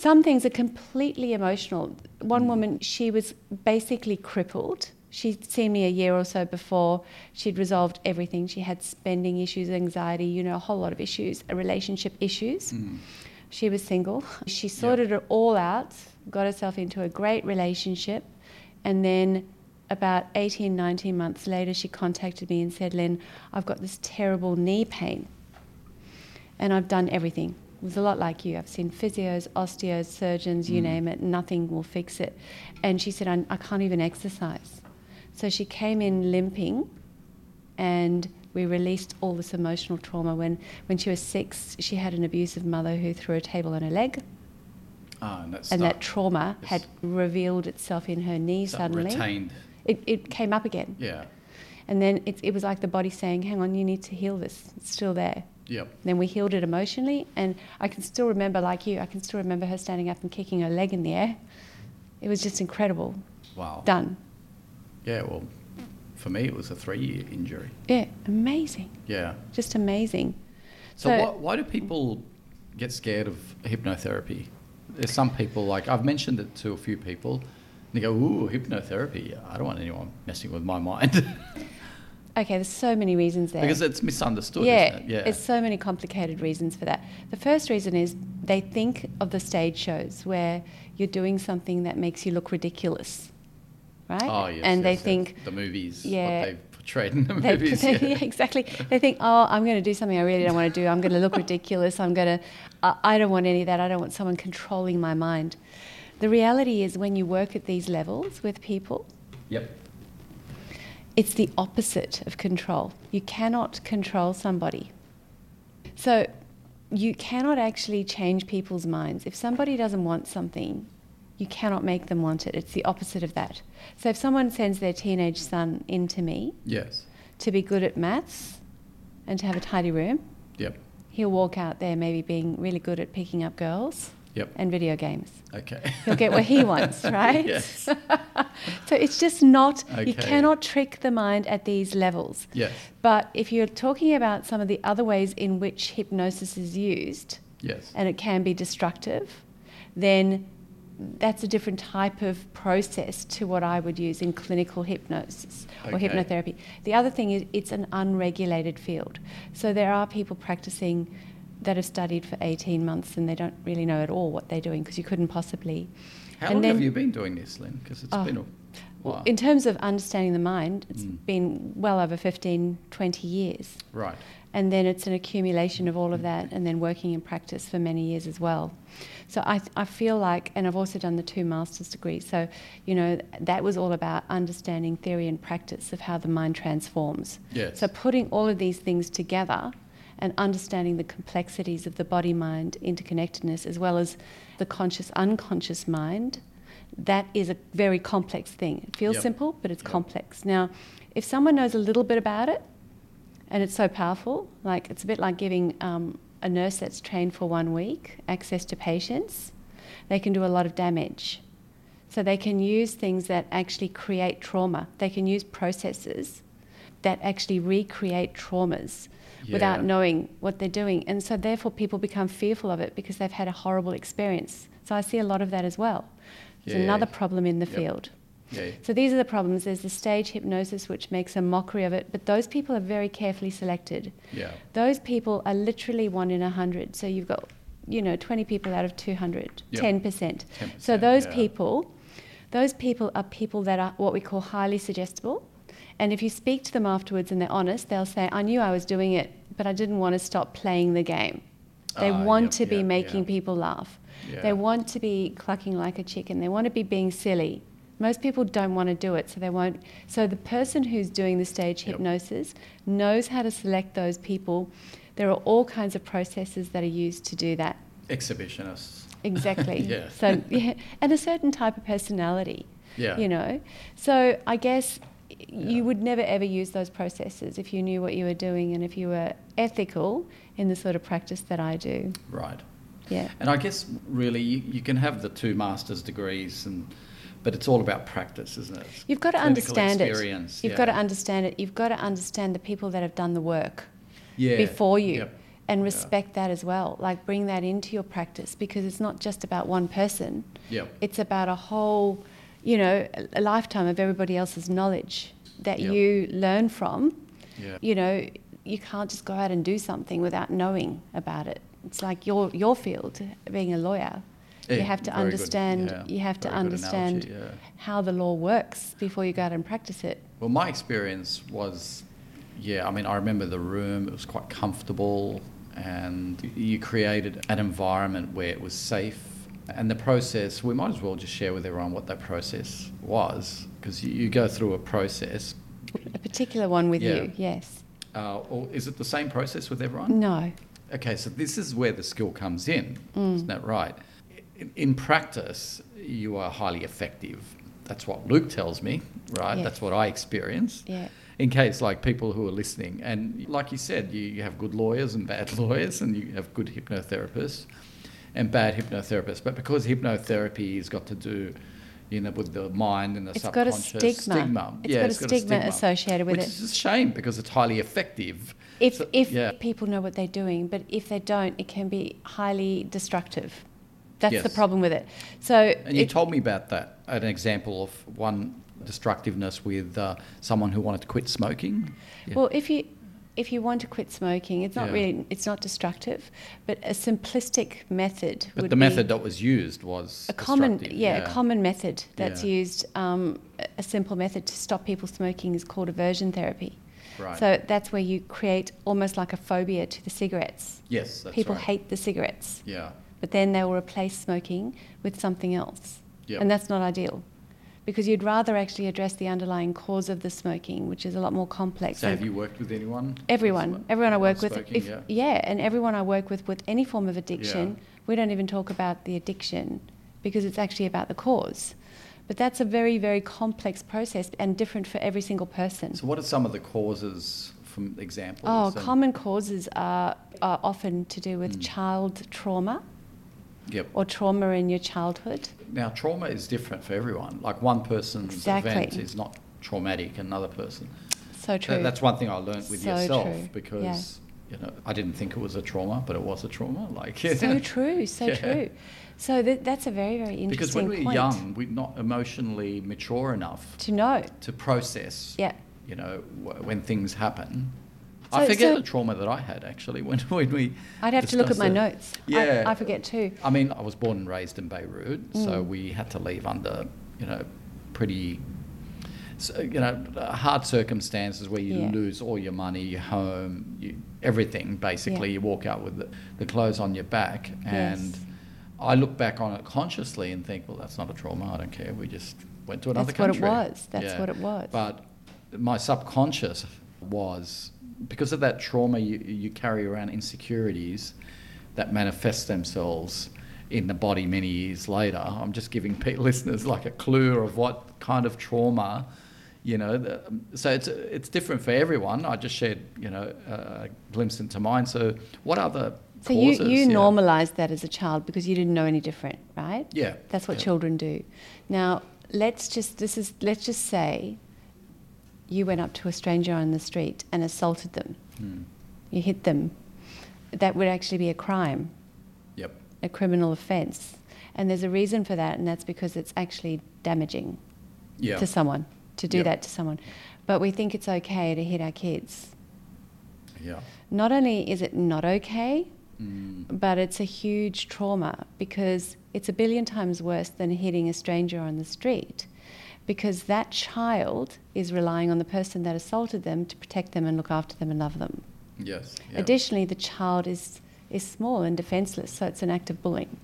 S2: some things are completely emotional.
S1: Mm.
S2: One woman, she was basically crippled. She'd seen me a year or so before. She'd resolved everything. She had spending issues, anxiety, you know, a whole lot of issues, uh, relationship
S1: Mm.
S2: issues. She was single. She sorted it all out, got herself into a great relationship, and then about 18, 19 months later, she contacted me and said, Lynn, I've got this terrible knee pain and I've done everything. It was a lot like you. I've seen physios, osteos, surgeons,
S1: Mm.
S2: you name it, nothing will fix it. And she said, I, I can't even exercise. So she came in limping and we released all this emotional trauma. When, when she was six, she had an abusive mother who threw a table on her leg,
S1: Ah, and that's
S2: and
S1: stuck.
S2: that trauma
S1: Yes.
S2: had revealed itself in her knee
S1: So
S2: suddenly.
S1: Retained.
S2: It, it came up again.
S1: Yeah.
S2: And then it, it was like the body saying, Hang on, you need to heal this. It's still there.
S1: Yep.
S2: Then we healed it emotionally, and I can still remember, like you, I can still remember her standing up and kicking her leg in the air. It was just incredible.
S1: Wow.
S2: Done.
S1: Yeah. Well, for me, it was a three-year injury.
S2: Yeah, amazing.
S1: Yeah.
S2: Just amazing.
S1: So,
S2: So-
S1: why, why do people get scared of hypnotherapy? There's some people like I've mentioned it to a few people. And they go, "Ooh, hypnotherapy! I don't want anyone messing with my mind,"
S2: Okay, there's so many reasons there.
S1: because it's misunderstood.
S2: yeah,
S1: isn't it? yeah.
S2: there's so many complicated reasons for that. The first reason is they think of the stage shows where you're doing something that makes you look ridiculous, right?
S1: oh, yes,
S2: and they
S1: yes, yes.
S2: think
S1: the movies,
S2: yeah.
S1: what they've portrayed in the
S2: They-
S1: movies.
S2: they-
S1: yeah.
S2: yeah, exactly. They think, oh, I'm going to do something I really don't want to do. I'm going to look ridiculous. I'm going to, I I don't want any of that. I don't want someone controlling my mind. The reality is, when you work at these levels with people,
S1: Yep.
S2: it's the opposite of control. You cannot control somebody. So you cannot actually change people's minds. If somebody doesn't want something, you cannot make them want it. It's the opposite of that. So if someone sends their teenage son in to me,
S1: Yes.
S2: to be good at maths and to have a tidy room.
S1: Yep.
S2: He'll walk out there maybe being really good at picking up girls
S1: Yep.
S2: and video games.
S1: Okay.
S2: He'll get what he wants, right?
S1: yes.
S2: so it's just not,
S1: Okay.
S2: you cannot trick the mind at these levels.
S1: Yes.
S2: But if you're talking about some of the other ways in which hypnosis is used
S1: Yes.
S2: and it can be destructive, then that's a different type of process to what I would use in clinical hypnosis or
S1: Okay.
S2: hypnotherapy. The other thing is it's an unregulated field. So there are people practicing that have studied for 18 months and they don't really know at all what they're doing because you couldn't possibly.
S1: How
S2: and
S1: long have
S2: then-
S1: you been doing this, Lynn? Because it's
S2: Oh,
S1: been a while.
S2: In terms of understanding the mind, it's
S1: Mm.
S2: been well over 15, 20 years.
S1: right.
S2: and then it's an accumulation of all of that and then working in practice for many years as well so I, I feel like and i've also done the two master's degrees so you know that was all about understanding theory and practice of how the mind transforms
S1: Yes.
S2: so putting all of these things together and understanding the complexities of the body mind interconnectedness as well as the conscious unconscious mind that is a very complex thing it feels
S1: Yep.
S2: simple but it's
S1: Yep.
S2: complex now if someone knows a little bit about it and it's so powerful. Like it's a bit like giving um, a nurse that's trained for one week access to patients. They can do a lot of damage. So they can use things that actually create trauma. They can use processes that actually recreate traumas without
S1: Yeah.
S2: knowing what they're doing. And so therefore people become fearful of it because they've had a horrible experience. So I see a lot of that as well. It's
S1: Yeah.
S2: another problem in the
S1: Yep.
S2: field.
S1: Yeah.
S2: So these are the problems. There's the stage hypnosis, which makes a mockery of it, but those people are very carefully selected.
S1: Yeah.
S2: Those people are literally one in a hundred. So you've got, you know, 20 people out of 200,
S1: Yeah.
S2: 10%.
S1: 10%,
S2: So those
S1: yeah.
S2: people, those people are people that are what we call highly suggestible. And if you speak to them afterwards and they're honest, they'll say, I knew I was doing it, but I didn't want to stop playing the game. They
S1: Ah,
S2: want
S1: yep,
S2: to be
S1: yep,
S2: making
S1: yeah.
S2: people laugh.
S1: Yeah.
S2: They want to be clucking like a chicken. They want to be being silly. Most people don't want to do it, so they won't. So the person who's doing the stage
S1: Yep.
S2: hypnosis knows how to select those people. There are all kinds of processes that are used to do that.
S1: Exhibitionists.
S2: Exactly.
S1: Yeah.
S2: So yeah, and a certain type of personality.
S1: Yeah.
S2: You know. So I guess y-
S1: Yeah.
S2: you would never ever use those processes if you knew what you were doing and if you were ethical in the sort of practice that I do.
S1: Right.
S2: Yeah.
S1: And I guess really you, you can have the two master's degrees and but it's all about practice, isn't it? It's
S2: You've got to
S1: clinical
S2: understand it.
S1: experience,
S2: You've
S1: yeah.
S2: got to understand it. You've got to understand the people that have done the work
S1: yeah.
S2: before you
S1: Yep.
S2: and
S1: Yeah.
S2: respect that as well. Like bring that into your practice because it's not just about one person.
S1: Yep.
S2: It's about a whole, you know, a- a lifetime of everybody else's knowledge that
S1: Yep.
S2: you learn from.
S1: Yeah.
S2: You know, you can't just go out and do something without knowing about it. It's like your your field, being a lawyer.
S1: Yeah,
S2: you have to
S1: very good,
S2: understand.
S1: yeah,
S2: You have to
S1: very good
S2: understand
S1: analogy, yeah.
S2: how the law works before you go out and practice it.
S1: Well, my experience was, yeah, I mean, I remember the room, it was quite comfortable, and you created an environment where it was safe. And the process, we might as well just share with everyone what that process was, because you, you go through a process.
S2: A particular one with
S1: Yeah.
S2: you, yes.
S1: Uh, or is it the same process with everyone?
S2: No.
S1: Okay, so this is where the skill comes in,
S2: Mm.
S1: isn't that right? In, in practice, you are highly effective. That's what Luke tells me, right?
S2: Yes.
S1: That's what I experienced.
S2: Yeah.
S1: In case, like people who are listening, and like you said, you, you have good lawyers and bad lawyers, and you have good hypnotherapists and bad hypnotherapists. But because hypnotherapy has got to do, you know, with the mind and the
S2: It's got a
S1: subconscious
S2: stigma. It's got a stigma associated with
S1: which
S2: it.
S1: Which is a shame because it's highly effective.
S2: If,
S1: So-
S2: if
S1: yeah.
S2: people know what they're doing, but if they don't, it can be highly destructive. That's the
S1: Yes.
S2: problem with it. So
S1: And you
S2: it-
S1: told me about that, an example of one destructiveness with uh, someone who wanted to quit smoking. Yeah.
S2: Well, if you if you want to quit smoking, it's not
S1: Yeah.
S2: really it's not destructive, but a simplistic method
S1: but
S2: would
S1: the method
S2: be
S1: that was used was
S2: a common
S1: destructive,
S2: yeah, a common method that's
S1: Yeah.
S2: used um, a- a simple method to stop people smoking is called aversion therapy.
S1: Right.
S2: So that's where you create almost like a phobia to the cigarettes.
S1: yes, that's
S2: people
S1: right.
S2: hate the cigarettes,
S1: Yeah,
S2: but then they will replace smoking with something else.
S1: Yep.
S2: And that's not ideal. Because you'd rather actually address the underlying cause of the smoking, which is a lot more complex.
S1: So
S2: and
S1: have you worked with anyone?
S2: Everyone, everyone I work with,
S1: Smoking,
S2: if,
S1: yeah.
S2: yeah. and everyone I work with with any form of addiction, we don't even talk about the addiction because it's actually about the cause. But that's a very, very complex process and different for every single person.
S1: So what are some of the causes from examples?
S2: oh,
S1: and-
S2: common causes are, are often to do with
S1: Mm.
S2: child trauma
S1: Yep.
S2: or trauma in your childhood.
S1: Now, trauma is different for everyone. Like one person's event
S2: Exactly.
S1: is not traumatic, another person.
S2: So
S1: Th-
S2: true.
S1: that's one thing I learned with
S2: So
S1: yourself
S2: true.
S1: because you know I didn't think it was a trauma, but it was a trauma. Like
S2: So true, so
S1: Yeah.
S2: true. So th- that's a very, very interesting
S1: because when we're
S2: point
S1: young, we're not emotionally mature enough
S2: to know.
S1: to process.
S2: Yeah.
S1: You know w- when things happen. I
S2: So-
S1: forget
S2: so-
S1: the trauma that I had actually when, when we.
S2: I'd have to look at
S1: discussed
S2: my
S1: it.
S2: notes.
S1: Yeah.
S2: I, I forget too.
S1: I mean, I was born and raised in Beirut, so
S2: Mm.
S1: we had to leave under, you know, pretty, s- you know, hard circumstances where you
S2: Yeah.
S1: lose all your money, your home, you, everything. Basically,
S2: Yeah.
S1: you walk out with the, the clothes on your back, and
S2: Yes.
S1: I look back on it consciously and think, well, that's not a trauma. I don't care. We just went to another
S2: That's what it
S1: country.
S2: was. That's what it was.
S1: But my subconscious was because of that trauma you, you carry around insecurities that manifest themselves in the body many years later. I'm just giving pe- listeners like a clue of what kind of trauma, you know. The, so it's it's different for everyone. I just shared you know a glimpse into mine. So what other
S2: So you,
S1: causes?
S2: you
S1: Yeah.
S2: normalized that as a child because you didn't know any different, right?
S1: Yeah.
S2: That's what
S1: Yeah.
S2: children do. Now, let's just this is let's just say you went up to a stranger on the street and assaulted them.
S1: Hmm.
S2: You hit them. That would actually be a crime,
S1: Yep.
S2: a criminal offense. And there's a reason for that and that's because it's actually damaging
S1: Yeah.
S2: to someone to do
S1: Yep.
S2: that to someone. But we think it's okay to hit our kids.
S1: Yeah.
S2: Not only is it not okay,
S1: Mm.
S2: but it's a huge trauma because it's a billion times worse than hitting a stranger on the street because that child is relying on the person that assaulted them to protect them and look after them and love them.
S1: Yes. yeah.
S2: Additionally, the child is, is small and defenseless, so it's an act of bullying.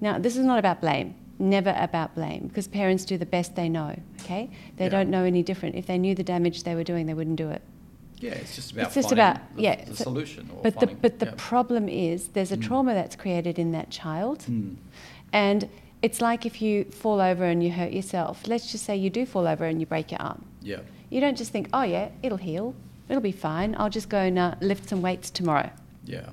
S2: Now, this is not about blame, never about blame, because parents do the best they know, okay? They
S1: Yeah.
S2: don't know any different. If they knew the damage they were doing, they wouldn't do it.
S1: Yeah, it's just about
S2: It's just
S1: finding
S2: about-
S1: the,
S2: yeah,
S1: the
S2: so-
S1: solution or
S2: But the,
S1: finding,
S2: but the
S1: yeah.
S2: problem is there's a
S1: Mm.
S2: trauma that's created in that child.
S1: Mm.
S2: And it's like if you fall over and you hurt yourself. Let's just say you do fall over and you break your arm.
S1: yeah,
S2: You don't just think, oh, yeah, it'll heal. It'll be fine. I'll just go and uh, lift some weights tomorrow.
S1: yeah,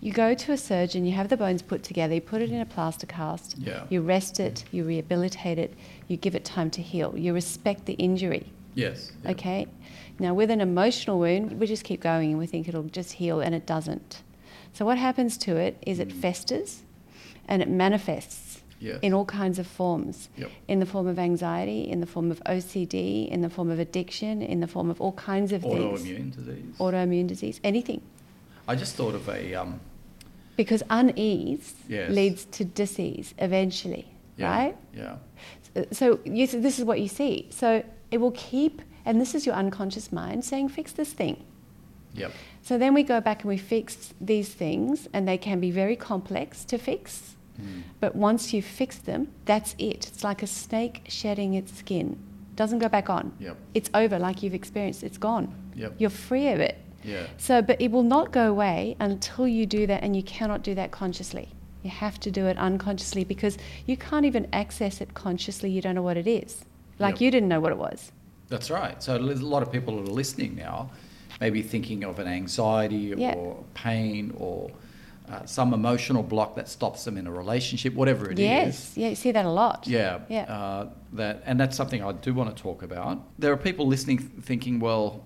S2: You go to a surgeon, you have the bones put together, you put it in a plaster cast,
S1: Yeah.
S2: you rest it, you rehabilitate it, you give it time to heal. You respect the injury,
S1: yes. yeah.
S2: okay? Now, with an emotional wound, we just keep going and we think it'll just heal, and it doesn't. So, what happens to it is it
S1: Mm.
S2: festers and it manifests
S1: Yes.
S2: in all kinds of forms
S1: Yep.
S2: in the form of anxiety, in the form of OCD, in the form of addiction, in the form of all kinds of things.
S1: Autoimmune disease.
S2: Autoimmune disease, anything.
S1: I just thought of a um,
S2: Because unease
S1: Yes.
S2: leads to disease eventually,
S1: yeah,
S2: right?
S1: Yeah,
S2: So you, so this is what you see. So it will keep, and this is your unconscious mind saying, fix this thing.
S1: yep,
S2: So then we go back and we fix these things, and they can be very complex to fix.
S1: Mm.
S2: But once you fix them, that's it. It's like a snake shedding its skin. Doesn't go back on.
S1: Yep.
S2: It's over, like you've experienced. It's gone.
S1: Yep.
S2: You're free of it.
S1: yeah,
S2: So, but it will not go away until you do that, and you cannot do that consciously. You have to do it unconsciously because you can't even access it consciously. You don't know what it is. Like
S1: Yep.
S2: you didn't know what it was.
S1: that's right. So there's a lot of people that are listening now, maybe thinking of an anxiety
S2: Yeah.
S1: or pain or uh, some emotional block that stops them in a relationship, whatever it is.
S2: yes. Yeah, you see that a lot.
S1: Yeah.
S2: Yeah.
S1: Uh, that and that's something I do want to talk about. There are people listening th- thinking, well,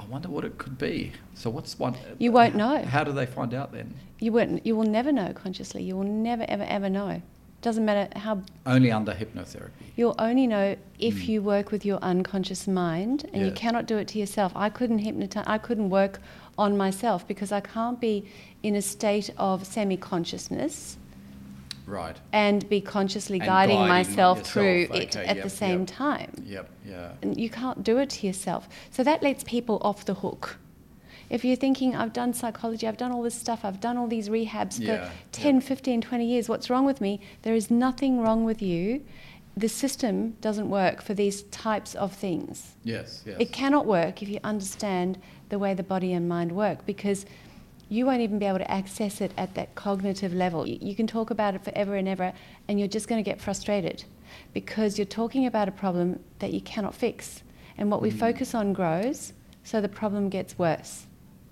S1: I wonder what it could be. So what's one?
S2: You won't know.
S1: How do they find out then?
S2: You won't. You will never know consciously. You will never ever ever know. Doesn't matter how.
S1: Only under hypnotherapy.
S2: You'll only know if
S1: Mm.
S2: you work with your unconscious mind, and you
S1: Yes.
S2: cannot do it to yourself. I couldn't hypnotize. I couldn't work on myself because I can't be in a state of semi-consciousness
S1: Right.
S2: and be consciously
S1: And
S2: guiding,
S1: guiding
S2: myself
S1: yourself,
S2: through it
S1: okay,
S2: at
S1: yep,
S2: the same
S1: yep.
S2: time.
S1: Yep. Yeah.
S2: And you can't do it to yourself. So that lets people off the hook. If you're thinking, I've done psychology, I've done all this stuff, I've done all these rehabs
S1: Yeah,
S2: for 10,
S1: yeah.
S2: 15, 20 years, what's wrong with me? There is nothing wrong with you. The system doesn't work for these types of things.
S1: Yes. Yes.
S2: It cannot work if you understand the way the body and mind work because you won't even be able to access it at that cognitive level. You you can talk about it forever and ever, and you're just going to get frustrated because you're talking about a problem that you cannot fix. And what we
S1: Mm.
S2: focus on grows, so the problem gets worse.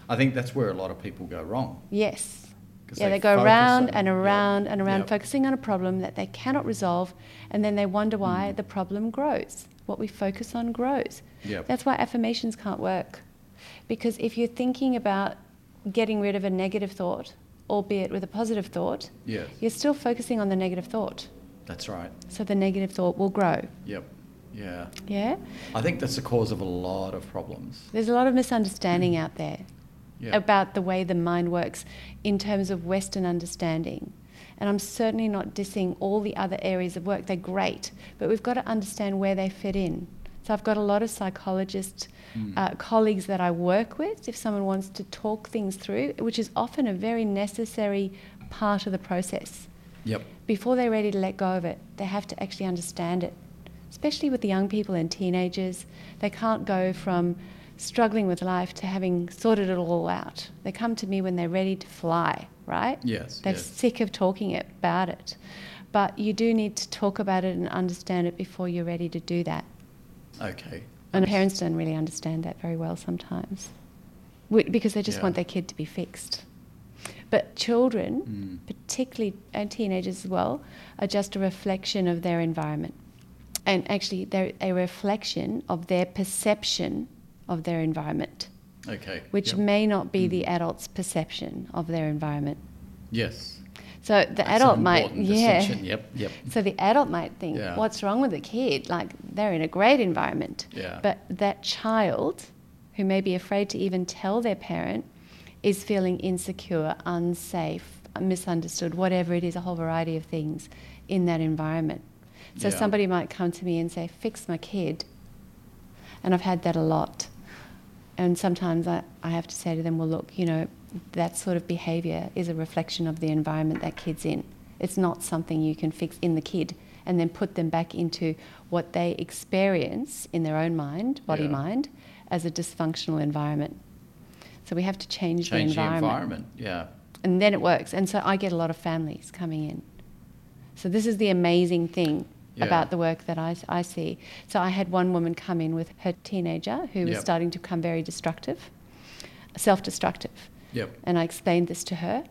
S1: I think that's where a lot of people go wrong.
S2: Yes.
S1: 'cause
S2: Yeah, they, go
S1: focus
S2: around
S1: on-
S2: and
S1: yeah,
S2: around and around,
S1: yeah.
S2: focusing on a problem that they cannot resolve, and then they wonder why
S1: Mm.
S2: the problem grows. What we focus on grows.
S1: Yep.
S2: That's why affirmations can't work. Because if you're thinking about getting rid of a negative thought, albeit with a positive thought,
S1: Yes.
S2: you're still focusing on the negative thought.
S1: That's right.
S2: So the negative thought will grow.
S1: Yep. Yeah.
S2: Yeah?
S1: I think that's the cause of a lot of problems.
S2: There's a lot of misunderstanding out there.
S1: Yeah.
S2: about the way the mind works in terms of Western understanding. And I'm certainly not dissing all the other areas of work, they're great, but we've got to understand where they fit in. So I've got a lot of psychologist
S1: Mm.
S2: uh, colleagues that I work with if someone wants to talk things through, which is often a very necessary part of the process.
S1: Yep.
S2: Before they're ready to let go of it, they have to actually understand it. Especially with the young people and teenagers, they can't go from struggling with life to having sorted it all out. They come to me when they're ready to fly, right?
S1: Yes.
S2: They're
S1: yes.
S2: sick of talking it- about it. But you do need to talk about it and understand it before you're ready to do that.
S1: Okay.
S2: And parents don't really understand that very well sometimes Wi- because they just
S1: Yeah.
S2: want their kid to be fixed. But children,
S1: Mm.
S2: particularly and teenagers as well, are just a reflection of their environment. And actually, they're a reflection of their perception of their environment,
S1: Okay.
S2: which
S1: yep.
S2: may not be the
S1: Mm.
S2: adult's perception of their environment.
S1: Yes.
S2: So the
S1: That's an
S2: adult might,
S1: important
S2: yeah.
S1: distinction. Yep. Yep.
S2: So the adult might think,
S1: Yeah.
S2: what's wrong with the kid? Like they're in a great environment.
S1: Yeah.
S2: But that child who may be afraid to even tell their parent is feeling insecure, unsafe, misunderstood, whatever it is, a whole variety of things in that environment. So
S1: Yeah.
S2: somebody might come to me and say, fix my kid. And I've had that a lot. And sometimes I, I have to say to them, well, look, you know, that sort of behaviour is a reflection of the environment that kid's in. It's not something you can fix in the kid and then put them back into what they experience in their own mind, body
S1: Yeah.
S2: mind, as a dysfunctional environment. So we have to change,
S1: Change
S2: the
S1: the
S2: environment.
S1: environment. Yeah.
S2: And then it works. And so I get a lot of families coming in. So this is the amazing thing
S1: Yeah.
S2: about the work that I, I see. So I had one woman come in with her teenager who was
S1: Yep.
S2: starting to become very destructive, self destructive.
S1: Yep.
S2: And I explained this to her.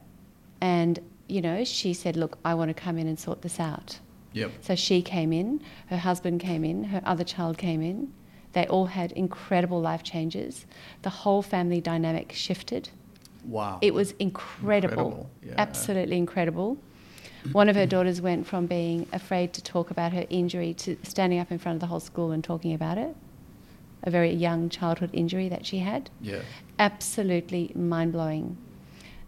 S2: And, you know, she said, Look, I want to come in and sort this out.
S1: Yep.
S2: So she came in, her husband came in, her other child came in. They all had incredible life changes. The whole family dynamic shifted.
S1: Wow.
S2: It was incredible,
S1: Incredible, yeah.
S2: absolutely incredible. One of her daughters went from being afraid to talk about her injury to standing up in front of the whole school and talking about it. A very young childhood injury that she had.
S1: Yeah.
S2: Absolutely mind blowing.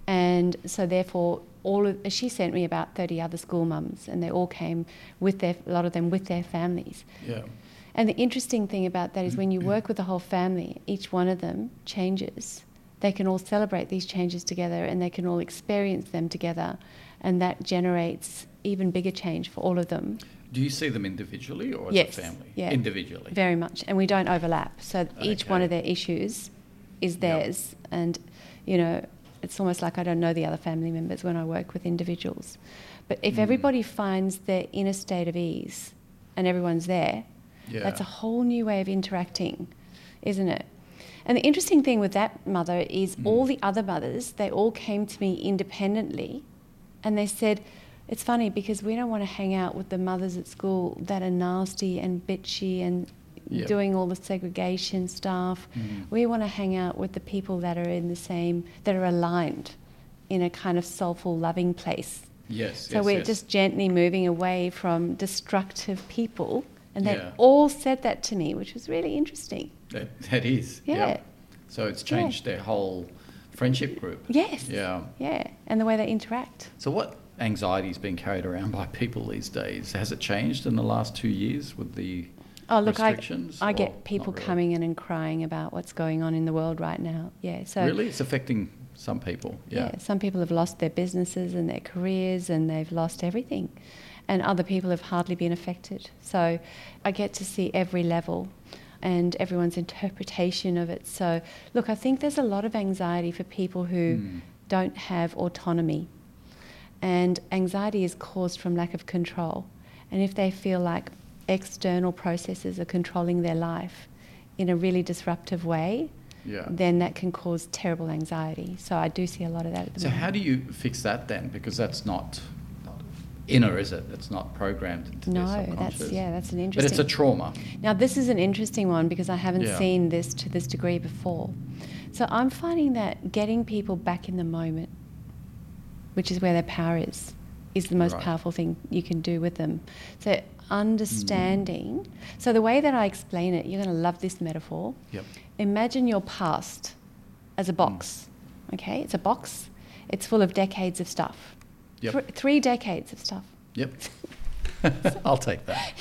S2: And so, therefore, all of, she sent me about 30 other school mums, and they all came with their, a lot of them with their families.
S1: Yeah.
S2: And the interesting thing about that is when you
S1: Mm-hmm.
S2: work with the whole family, each one of them changes. They can all celebrate these changes together and they can all experience them together. And that generates even bigger change for all of them,
S1: Do you see them individually or as
S2: Yes,
S1: a family?
S2: yeah.
S1: Individually.
S2: very much. And we don't overlap. So each one
S1: Okay.
S2: of their issues is
S1: Yep.
S2: theirs. And, you know, it's almost like I don't know the other family members when I work with individuals. But if
S1: Mm.
S2: everybody finds their inner state of ease and everyone's there,
S1: yeah.
S2: that's a whole new way of interacting, isn't it? And the interesting thing with that mother is
S1: Mm.
S2: all the other mothers, they all came to me independently and they said, it's funny because we don't want to hang out with the mothers at school that are nasty and bitchy and
S1: Yeah.
S2: doing all the segregation stuff. We want to hang out with the people that are in the same, that are aligned in a kind of soulful, loving place.
S1: Yes.
S2: So
S1: yes,
S2: we're
S1: yes.
S2: just gently moving away from destructive people. And they
S1: Yeah.
S2: all said that to me, which was really interesting.
S1: That, that is.
S2: Yeah.
S1: So it's changed their whole friendship group.
S2: Yes.
S1: Yeah.
S2: Yeah. And the way they interact.
S1: So what anxiety is being carried around by people these days? Has it changed in the last two years with the
S2: Oh, look, I,
S1: restrictions?
S2: I
S1: or
S2: get
S1: not
S2: people
S1: really?
S2: coming in and crying about what's going on in the world right now. Yeah. So,
S1: Really, it's affecting some people.
S2: yeah.
S1: Yeah.
S2: some people have lost their businesses and their careers and they've lost everything. And other people have hardly been affected. So, I get to see every level and everyone's interpretation of it. So, look, I think there's a lot of anxiety for people who
S1: Hmm.
S2: don't have autonomy. And anxiety is caused from lack of control. And if they feel like external processes are controlling their life in a really disruptive way,
S1: Yeah.
S2: then that can cause terrible anxiety. So I do see a lot of that at the
S1: So
S2: moment.
S1: how do you fix that then? Because that's not, not inner, is it? It's not programmed into their
S2: no, that's
S1: subconscious.
S2: yeah, that's an
S1: But
S2: interesting.
S1: it's a trauma.
S2: Now, this is an interesting one because I haven't
S1: Yeah.
S2: seen this to this degree before. So I'm finding that getting people back in the moment, which is where their power is, is the most
S1: Right. Mm.
S2: powerful thing you can do with them. So understanding. So the way that I explain it, you're going to love this metaphor.
S1: Yep.
S2: Imagine your past as a box.
S1: Mm.
S2: Okay, it's a box. It's full of decades of stuff.
S1: Yep.
S2: Thr- three decades of stuff.
S1: Yep. I'll take that.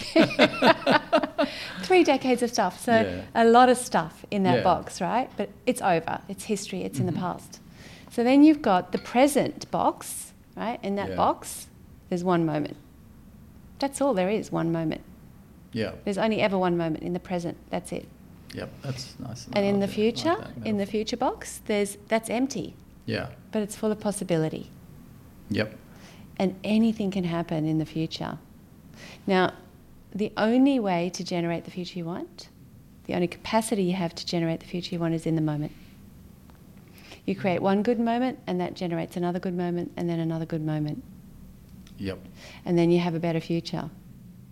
S2: three decades of stuff. So
S1: Yeah.
S2: a lot of stuff in that
S1: Yeah.
S2: box, right? But it's over. It's history. It's in
S1: Mhm.
S2: the past. So then you've got the present box, right? In that
S1: Yeah.
S2: box, there's one moment. That's all there is. One moment.
S1: Yeah.
S2: There's only ever one moment in the present. That's it.
S1: Yep. That's nice.
S2: and in
S1: I
S2: the
S1: like
S2: future,
S1: that
S2: in the
S1: metaphor.
S2: future box, there's that's empty,
S1: Yeah.
S2: but it's full of possibility.
S1: Yep.
S2: and anything can happen in the future. Now, the only way to generate the future you want, the only capacity you have to generate the future you want is in the moment. You create one good moment, and that generates another good moment, and then another good moment.
S1: Yep.
S2: And then you have a better future,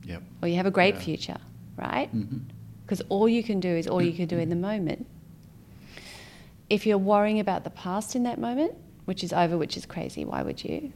S1: Yep.
S2: or you have a great
S1: Yeah.
S2: future, right?
S1: hmm
S2: Because all you can do is all you can do in the moment. If you're worrying about the past in that moment, which is over, which is crazy, why would you?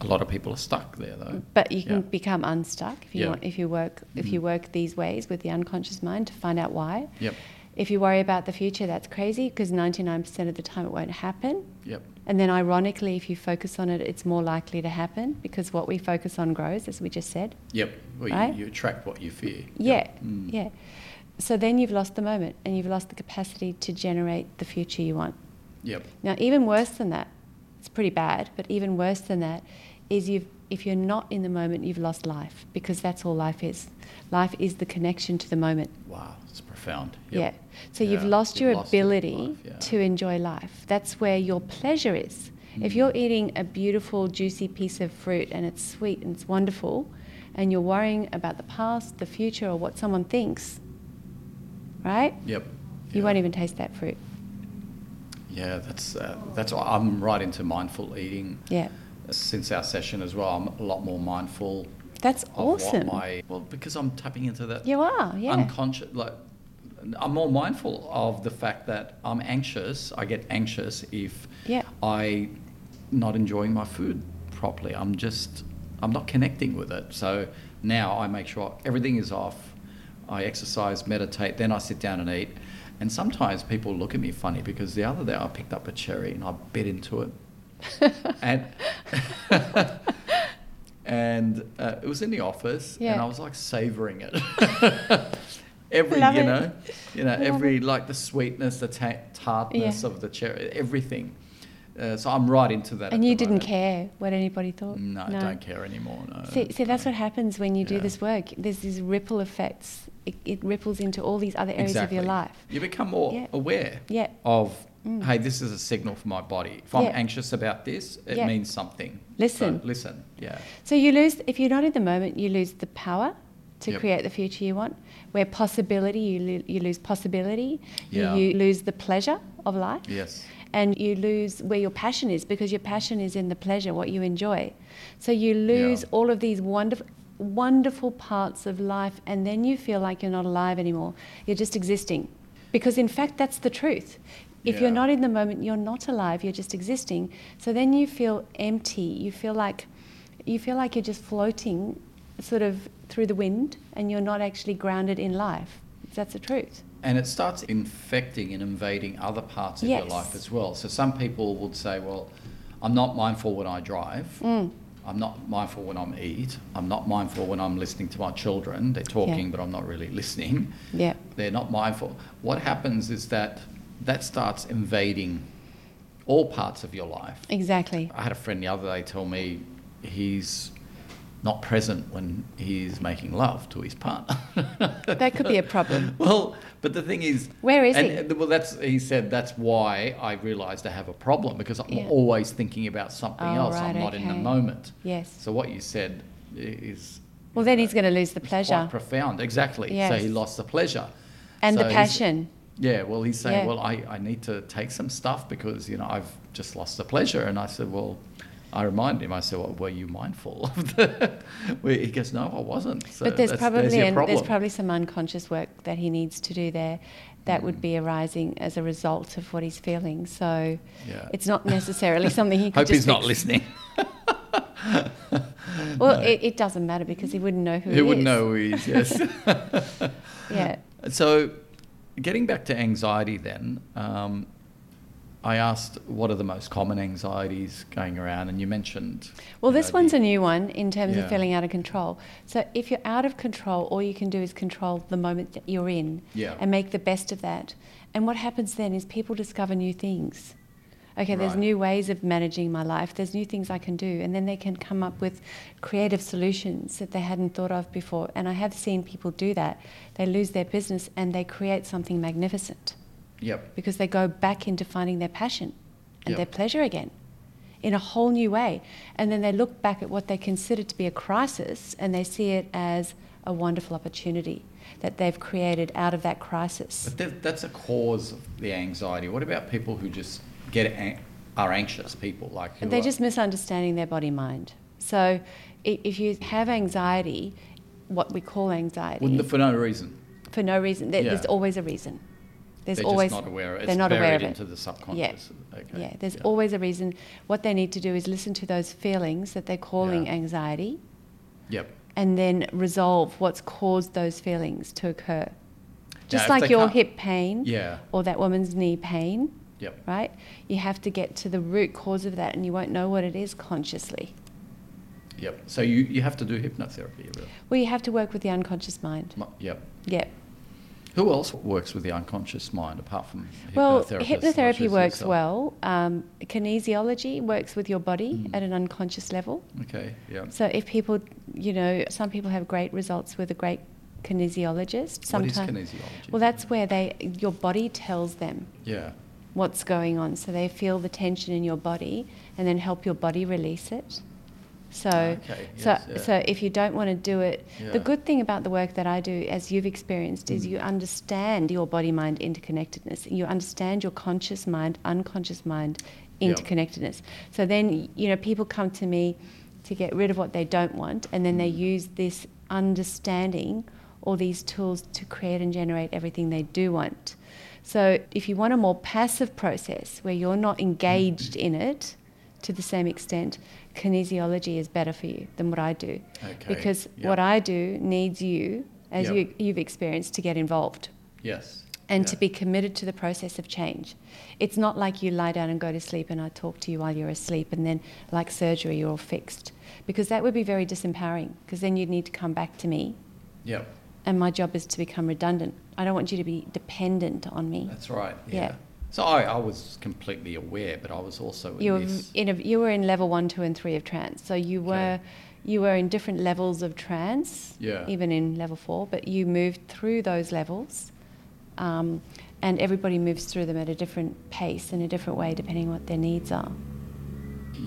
S1: A lot of people are stuck there though.
S2: But you can
S1: Yeah.
S2: become unstuck if you
S1: Yeah.
S2: want, if you work if you
S1: Mhm.
S2: work these ways with the unconscious mind to find out why.
S1: Yep.
S2: If you worry about the future, that's crazy because 99% of the time it won't happen.
S1: Yep.
S2: And then ironically, if you focus on it, it's more likely to happen because what we focus on grows, as we just said.
S1: Yep. Well,
S2: Right?
S1: you, you attract what you fear.
S2: Yeah.
S1: Mm.
S2: Yeah. So then you've lost the moment and you've lost the capacity to generate the future you want.
S1: Yep.
S2: Now, even worse than that, it's pretty bad, but even worse than that is you've, if you're not in the moment, you've lost life because that's all life is. Life is the connection to the moment.
S1: Wow. It's profound.
S2: Yeah.
S1: Yep.
S2: So you've
S1: Yeah,
S2: lost
S1: you've
S2: your
S1: lost your
S2: ability
S1: life, yeah.
S2: to enjoy life. That's where your pleasure is. If
S1: Mm.
S2: you're eating a beautiful, juicy piece of fruit and it's sweet and it's wonderful, and you're worrying about the past, the future, or what someone thinks, right?
S1: Yep.
S2: You
S1: Yeah.
S2: won't even taste that fruit.
S1: Yeah, that's uh, that's. why I'm right into mindful eating
S2: Yeah.
S1: since our session as well. I'm a lot more mindful.
S2: That's
S1: of
S2: awesome.
S1: What my, well, because I'm tapping into that
S2: You are, Oh, yeah.
S1: unconscious. Like, I'm more mindful of the fact that I'm anxious. I get anxious if
S2: Yeah.
S1: I not enjoying my food properly. I'm just I'm not connecting with it. So now I make sure everything is off. I exercise, meditate, then I sit down and eat. And sometimes people look at me funny because the other day I picked up a cherry and I bit into it. and and uh, it was in the office and
S2: Yeah.
S1: I was like savoring it. every
S2: Love
S1: you
S2: it.
S1: know, you know
S2: Love
S1: every
S2: it.
S1: like the sweetness, the ta- tartness
S2: Yeah.
S1: of the cherry, everything. Uh, so I'm right into that.
S2: And
S1: at
S2: you
S1: the
S2: didn't
S1: moment.
S2: care what anybody thought.
S1: No, I don't care anymore. No.
S2: See, see, that's
S1: no.
S2: what happens when you do
S1: Yeah.
S2: this work. There's these ripple effects. It, it ripples into all these other areas
S1: exactly.
S2: of your life.
S1: You become more
S2: Yeah.
S1: aware
S2: Yeah,
S1: of,
S2: Mm.
S1: hey, this is a signal for my body. If I'm
S2: Yeah.
S1: anxious about this, it
S2: Yeah.
S1: means something.
S2: Listen.
S1: So listen. Yeah.
S2: So you lose if you're not in the moment, you lose the power to
S1: Yep.
S2: create the future you want. Where possibility, you lo- you lose possibility. You-
S1: Yeah.
S2: You, lose the pleasure of life,
S1: Yes.
S2: and you lose where your passion is because your passion is in the pleasure, what you enjoy. So you lose all of these wonderful. wonderful parts of life, and then you feel like you're not alive anymore. You're just existing. Because, in fact, that's the truth. If you're
S1: Yeah.
S2: not in the moment, you're not alive, you're just existing. So then you feel empty. You feel like you feel like you're just floating sort of through the wind and you're not actually grounded in life. That's the truth.
S1: And it starts infecting and invading other parts of your
S2: Yes.
S1: life as well. So some people would say, well, I'm not mindful when I drive.
S2: Mm.
S1: I'm not mindful when I'm eat. I'm not mindful when I'm listening to my children. They're talking, but I'm not really listening.
S2: Yeah.
S1: They're not mindful. What happens is that that starts invading all parts of your life.
S2: Exactly.
S1: I had a friend the other day tell me he's not present when he's making love to his partner.
S2: That could be a problem.
S1: Well, but the thing is,
S2: Where is
S1: and,
S2: he?
S1: and, Well, that's he said that's why I realised I have a problem because I'm
S2: Yeah.
S1: always thinking about something
S2: Oh,
S1: else.
S2: right,
S1: I'm not in the
S2: okay.
S1: moment.
S2: Yes.
S1: So what you said i- is.
S2: Well,
S1: is
S2: then
S1: that-
S2: he's going to lose the
S1: it's
S2: pleasure
S1: Quite profound, exactly. So
S2: Yes.
S1: he lost the pleasure.
S2: and
S1: So
S2: the
S1: he's-
S2: passion.
S1: Yeah, well, he's saying,
S2: Yeah.
S1: well, I, I need to take some stuff because, you know, I've just lost the pleasure. And I said, well, I reminded him, I said, well, were you mindful of the. Well, he goes, no, I wasn't. So
S2: but there's
S1: that's-
S2: probably
S1: your
S2: and
S1: problem.
S2: there's probably some unconscious work that he needs to do there that
S1: Mm.
S2: would be arising as a result of what he's feeling. So
S1: Yeah.
S2: it's not necessarily something he could
S1: Hope
S2: just
S1: he's not
S2: fix.
S1: listening.
S2: Well,
S1: Mm. No.
S2: it, it doesn't matter because he wouldn't know who
S1: Who
S2: he
S1: would
S2: is.
S1: know who he is? Yes.
S2: Yeah.
S1: so, getting back to anxiety, then, um, I asked what are the most common anxieties going around, and you mentioned.
S2: Well,
S1: you know,
S2: this one's
S1: the-
S2: a new one in terms
S1: Yeah.
S2: of feeling out of control. So if you're out of control, all you can do is control the moment that you're in
S1: Yeah.
S2: and make the best of that. And what happens then is people discover new things. Okay, there's
S1: Right.
S2: new ways of managing my life. There's new things I can do. And then they can come up with creative solutions that they hadn't thought of before. And I have seen people do that. They lose their business and they create something magnificent
S1: Yep.
S2: because they go back into finding their passion and
S1: Yeah.
S2: their pleasure again in a whole new way. And then they look back at what they consider to be a crisis and they see it as a wonderful opportunity that they've created out of that crisis.
S1: But that, that's a cause of the anxiety. What about people who just get an- are anxious people like who
S2: They're
S1: are-
S2: just misunderstanding their body mind. So i- if you have anxiety, what we call anxiety,
S1: wouldn't for no reason.
S2: for no reason, there,
S1: Yeah.
S2: there's always a reason. There's
S1: they're
S2: always
S1: just not aware. It's
S2: they're not
S1: buried
S2: aware of it.
S1: into the subconscious. Okay.
S2: Yeah, there's always a reason. What they need to do is listen to those feelings that they're calling
S1: Yeah.
S2: anxiety
S1: Yep.
S2: and then resolve what's caused those feelings to occur. Just
S1: if they
S2: like your
S1: can't-
S2: hip pain
S1: Yeah.
S2: or that woman's knee pain,
S1: Yep.
S2: right? You have to get to the root cause of that and you won't know what it is consciously.
S1: Yep. So you, you have to do hypnotherapy. Really.
S2: Well, you have to work with the unconscious mind.
S1: Mu- Yep.
S2: Yeah.
S1: Who else works with the unconscious mind apart from hypnotherapists?
S2: Well,
S1: such as
S2: hypnotherapy works
S1: yourself?
S2: well. Um, kinesiology works with your body
S1: Mm.
S2: at an unconscious level.
S1: Okay, yeah.
S2: So if people, you know, some people have great results with a great kinesiologist.
S1: What is
S2: Sometimes,
S1: kinesiology?
S2: well, that's where they your body tells them
S1: Yeah,
S2: what's going on. So they feel the tension in your body and then help your body release it. So,
S1: Okay,
S2: so,
S1: yes, yeah.
S2: so if you don't want to do it,
S1: Yeah. Mm.
S2: the good thing about the work that I do, as you've experienced, is you understand your body-mind interconnectedness. You understand your conscious mind, unconscious mind
S1: Yeah.
S2: interconnectedness. So then, you know, people come to me to get rid of what they don't want, and then they
S1: Mm.
S2: use this understanding or these tools to create and generate everything they do want. So if you want a more passive process where you're not engaged in it to the same extent, kinesiology is better for you than what I do.
S1: Okay,
S2: Because
S1: yeah.
S2: what I do needs you, as
S1: Yeah.
S2: you, you've experienced, to get involved
S1: yes.
S2: and to
S1: yeah.
S2: be committed to the process of change. It's not like you lie down and go to sleep and I talk to you while you're asleep and then, like surgery, you're all fixed. Because that would be very disempowering, because then you'd need to come back to me,
S1: Yep,
S2: and my job is to become redundant. I don't want you to be dependent on me.
S1: that's right,
S2: Yeah.
S1: yeah. So I, I was completely aware, but I was also in
S2: You were,
S1: this.
S2: in a, you were in level one, two, and three of trance. So you were, you were in different levels of trance,
S1: Yeah.
S2: even in level four, but you moved through those levels. Um, and everybody moves through them at a different pace in a different way, depending on what their needs are.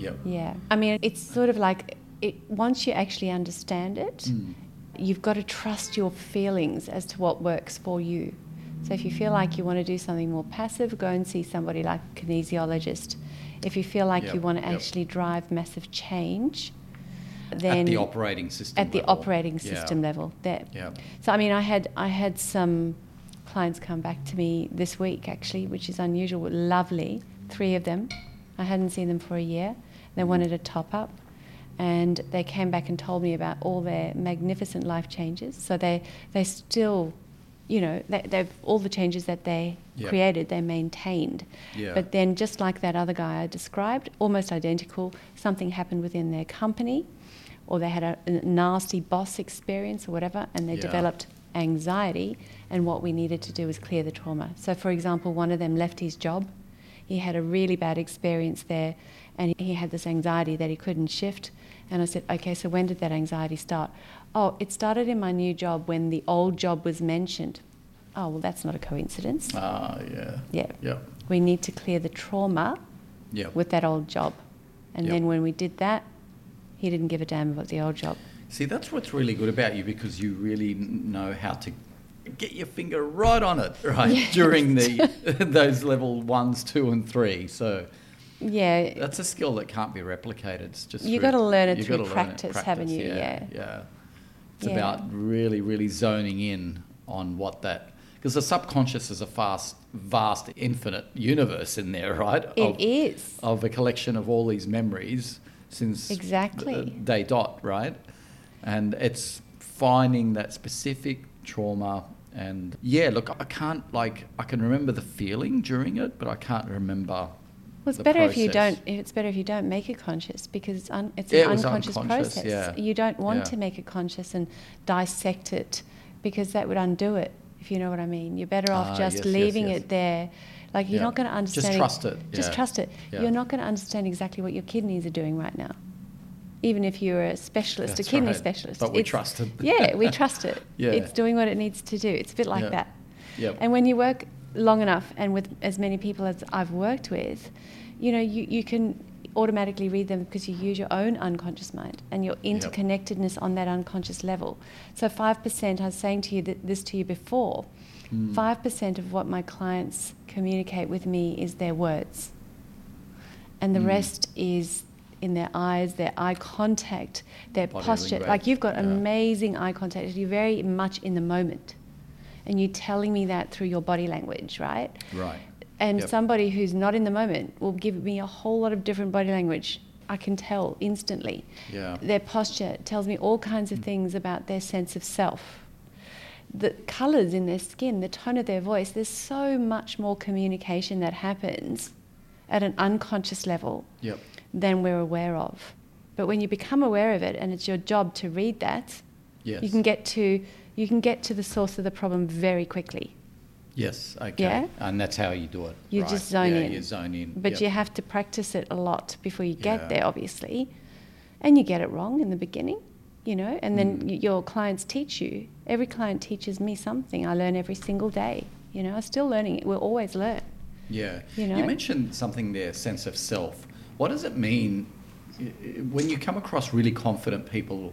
S1: Yep,
S2: Yeah. I mean, it's sort of like it, once you actually understand it,
S1: Mm.
S2: you've got to trust your feelings as to what works for you. So if you feel like you want to do something more passive, go and see somebody like a kinesiologist. If you feel like
S1: Yep,
S2: you want to
S1: yep.
S2: actually drive massive change, then
S1: at the operating system.
S2: at the
S1: level.
S2: operating
S1: Yeah.
S2: system level. That
S1: Yeah.
S2: so I mean I had I had some clients come back to me this week actually, which is unusual. Lovely, three of them. I hadn't seen them for a year.
S1: Mm-hmm.
S2: They wanted a top up, and they came back and told me about all their magnificent life changes. So they they still, you know, they, they've all the changes that they
S1: Yeah.
S2: created, they maintained.
S1: Yeah.
S2: But then, just like that other guy I described, almost identical, something happened within their company, or they had a, a nasty boss experience or whatever, and they
S1: Yeah.
S2: developed anxiety. And what we needed to do was clear the trauma. So, for example, one of them left his job. He had a really bad experience there, and he had this anxiety that he couldn't shift. And I said, okay, so when did that anxiety start? Oh, it started in my new job when the old job was mentioned. Oh, well, that's not a coincidence.
S1: Ah, yeah.
S2: Yeah.
S1: Yeah.
S2: We need to clear the trauma
S1: Yeah.
S2: with that old job. And
S1: Yep.
S2: then when we did that, he didn't give a damn about the old job.
S1: See, that's what's really good about you because you really n- know how to get your finger right on it, right?
S2: Yes.
S1: During the those level ones, two, and three. So
S2: Yeah.
S1: that's a skill that can't be replicated. It's just
S2: You
S1: through-
S2: gotta learn it
S1: you
S2: through
S1: gotta learn it,
S2: practice, haven't you?
S1: Yeah.
S2: Yeah.
S1: yeah. It's
S2: Yeah.
S1: about really, really zoning in on what that because the subconscious is a fast, vast, infinite universe in there, right?
S2: it is.
S1: Of- of a collection of all these memories since
S2: Exactly.
S1: th- day dot, right? And it's finding that specific trauma. And yeah, look, I can't like I can remember the feeling during it, but I can't remember.
S2: Well, it's
S1: the
S2: better if you
S1: process.
S2: don't. It's better if you don't make it conscious because it's un, it's
S1: Yeah,
S2: an
S1: it was
S2: unconscious,
S1: unconscious,
S2: process.
S1: yeah.
S2: You don't want
S1: Yeah.
S2: to make it conscious and dissect it because that would undo it. If you know what I mean, you're better off
S1: Ah,
S2: just
S1: yes, yes,
S2: leaving
S1: yes.
S2: it there. Like you're
S1: Yeah.
S2: not going to
S1: Just
S2: understand.
S1: trust it,
S2: Just
S1: yeah.
S2: trust it.
S1: Yeah.
S2: You're not going to understand exactly what your kidneys are doing right now, even if you're a specialist,
S1: That's
S2: a kidney
S1: right.
S2: specialist.
S1: But we
S2: It's-
S1: trust it.
S2: yeah, we trust it.
S1: Yeah.
S2: It's doing what it needs to do. It's a bit like
S1: Yeah.
S2: that.
S1: Yep.
S2: And when you work long enough and with as many people as I've worked with, you know, you, you can automatically read them because you use your own unconscious mind and your
S1: Yep.
S2: interconnectedness on that unconscious level. So 5%, I was saying to you that this to you before,
S1: Hmm.
S2: 5% of what my clients communicate with me is their words. And the
S1: Mm.
S2: rest is in their eyes, their eye contact, their
S1: Body
S2: posture.
S1: language,
S2: Like you've got
S1: yeah.
S2: amazing eye contact. You're very much in the moment. And you're telling me that through your body language, right?
S1: Right.
S2: And
S1: Yep.
S2: somebody who's not in the moment will give me a whole lot of different body language. I can tell instantly.
S1: Yeah. Mm.
S2: Their posture tells me all kinds of things about their sense of self. The colors in their skin, the tone of their voice, there's so much more communication that happens at an unconscious level
S1: Yep.
S2: than we're aware of. But when you become aware of it and it's your job to read that,
S1: Yes.
S2: you can get to you can get to the source of the problem very quickly.
S1: Yes. Okay.
S2: Yeah?
S1: And that's how you do it.
S2: You
S1: right.
S2: just zone
S1: yeah,
S2: in.
S1: You zone in.
S2: But
S1: Yep.
S2: you have to practice it a lot before you get
S1: Yeah.
S2: there, obviously. And you get it wrong in the beginning, you know, and then
S1: Mm.
S2: y your clients teach you. Every client teaches me something. I learn every single day. You know, I'm still learning it. We'll always learn.
S1: Yeah.
S2: You know?
S1: mentioned something there, sense of self. What does it mean i- i- when you come across really confident people?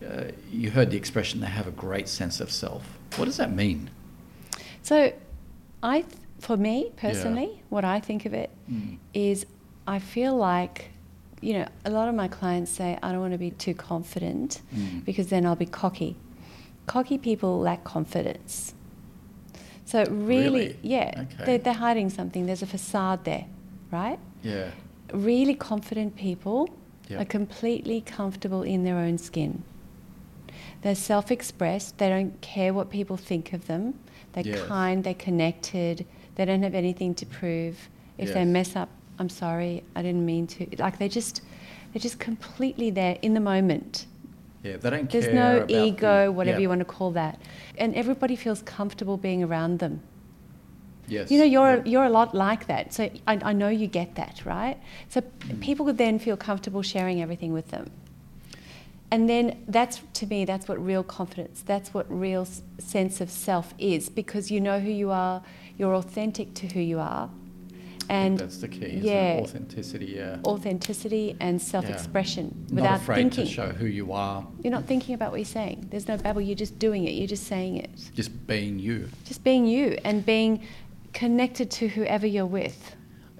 S1: Uh, you heard the expression they have a great sense of self. What does that mean?
S2: So, I, th- for me
S1: Yeah.
S2: personally, what I think of it is,
S1: Mm.
S2: I feel like, you know, a lot of my clients say I don't want to be too confident
S1: Mm.
S2: because then I'll be cocky. Cocky people lack confidence. So really,
S1: Really?
S2: yeah,
S1: Okay.
S2: they're, they're hiding something. There's a facade there, right?
S1: Yeah.
S2: Really confident people
S1: Yeah.
S2: are completely comfortable in their own skin. They're self expressed, they don't care what people think of them. They're
S1: Yes.
S2: kind, they're connected, they don't have anything to prove. If they
S1: Yes.
S2: mess up, I'm sorry, I didn't mean to. Like they just they're just completely there in the moment.
S1: Yeah. They don't
S2: There's
S1: care.
S2: no
S1: about the-
S2: ego, whatever
S1: yeah,
S2: you want to call that. And everybody feels comfortable being around them.
S1: Yes.
S2: You know, you're
S1: yeah.
S2: you're a lot like that. So I, I know you get that, right? So
S1: Mm.
S2: people would then feel comfortable sharing everything with them. And then that's to me, that's what real confidence, that's what real s- sense of self is, because you know who you are, you're authentic to who you
S1: I
S2: are,
S1: think
S2: and
S1: that's the key. Isn't
S2: yeah.
S1: It? Authenticity. Yeah.
S2: authenticity and self-expression
S1: Not
S2: without
S1: afraid
S2: thinking.
S1: to show who you are,
S2: You're not thinking about what you're saying. There's no babble. You're just doing it. You're just saying it.
S1: just being you.
S2: Just being you and being connected to whoever you're with.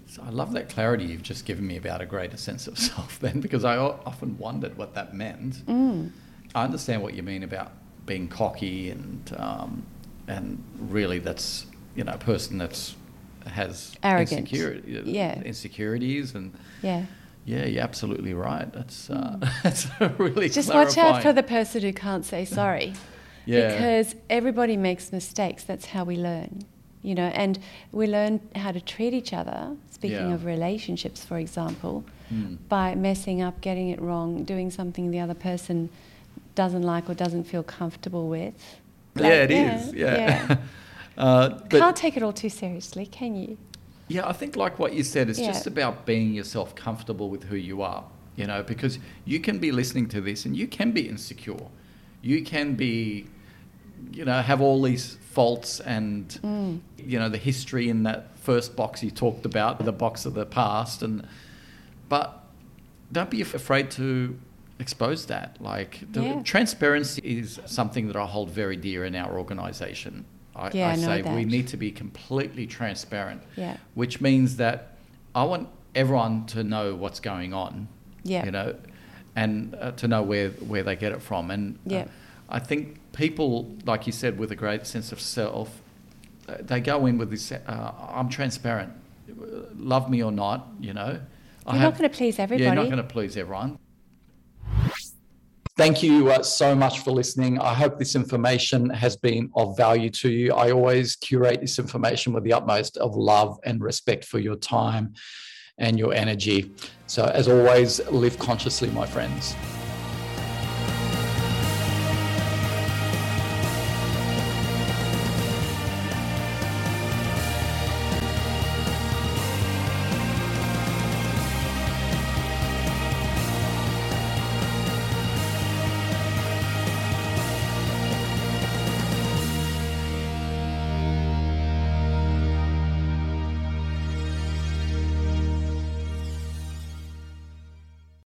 S1: So I love that clarity you've just given me about a greater sense of self then, because I o- often wondered what that meant.
S2: Mm.
S1: I understand what you mean about being cocky and um, and really that's you know a person that's has
S2: Arrogant.
S1: insecurity,
S2: Yeah.
S1: insecurities and
S2: Yeah.
S1: yeah, you're absolutely right. That's uh, that's a really
S2: Just watch out for
S1: clarifying-
S2: the person who can't say sorry.
S1: yeah.
S2: Because everybody makes mistakes. That's how we learn, you know, and we learn how to treat each other, speaking
S1: Yeah.
S2: of relationships, for example,
S1: Hmm.
S2: by messing up, getting it wrong, doing something the other person doesn't like or doesn't feel comfortable with. Like,
S1: yeah, it is. Yeah.
S2: yeah.
S1: uh, but
S2: Can't take it all too seriously, can you?
S1: Yeah, I think like what you said, it's
S2: Yeah.
S1: just about being yourself comfortable with who you are, you know, because you can be listening to this and you can be insecure. You can be, you know, have all these faults and,
S2: Mm.
S1: you know, the history in that first box you talked about, the box of the past. And, but don't be af- afraid to expose that. Like, the,
S2: Yeah.
S1: transparency is something that I hold very dear in our organization. I,
S2: Yeah,
S1: I
S2: I know
S1: say we
S2: that.
S1: need to be completely transparent
S2: Yeah.
S1: which means that I want everyone to know what's going on.
S2: Yeah.
S1: You know, and uh, to know where where they get it from. And uh,
S2: Yeah.
S1: I think people, like you said, with a great sense of self, uh, they go in with this. Uh, I'm transparent. Love me or not, you know. I
S2: You're not
S1: have-
S2: going to please everybody.
S1: yeah, you're not going to please everyone. Thank you uh, so much for listening. I hope this information has been of value to you. I always curate this information with the utmost of love and respect for your time and your energy. So, as always, live consciously, my friends.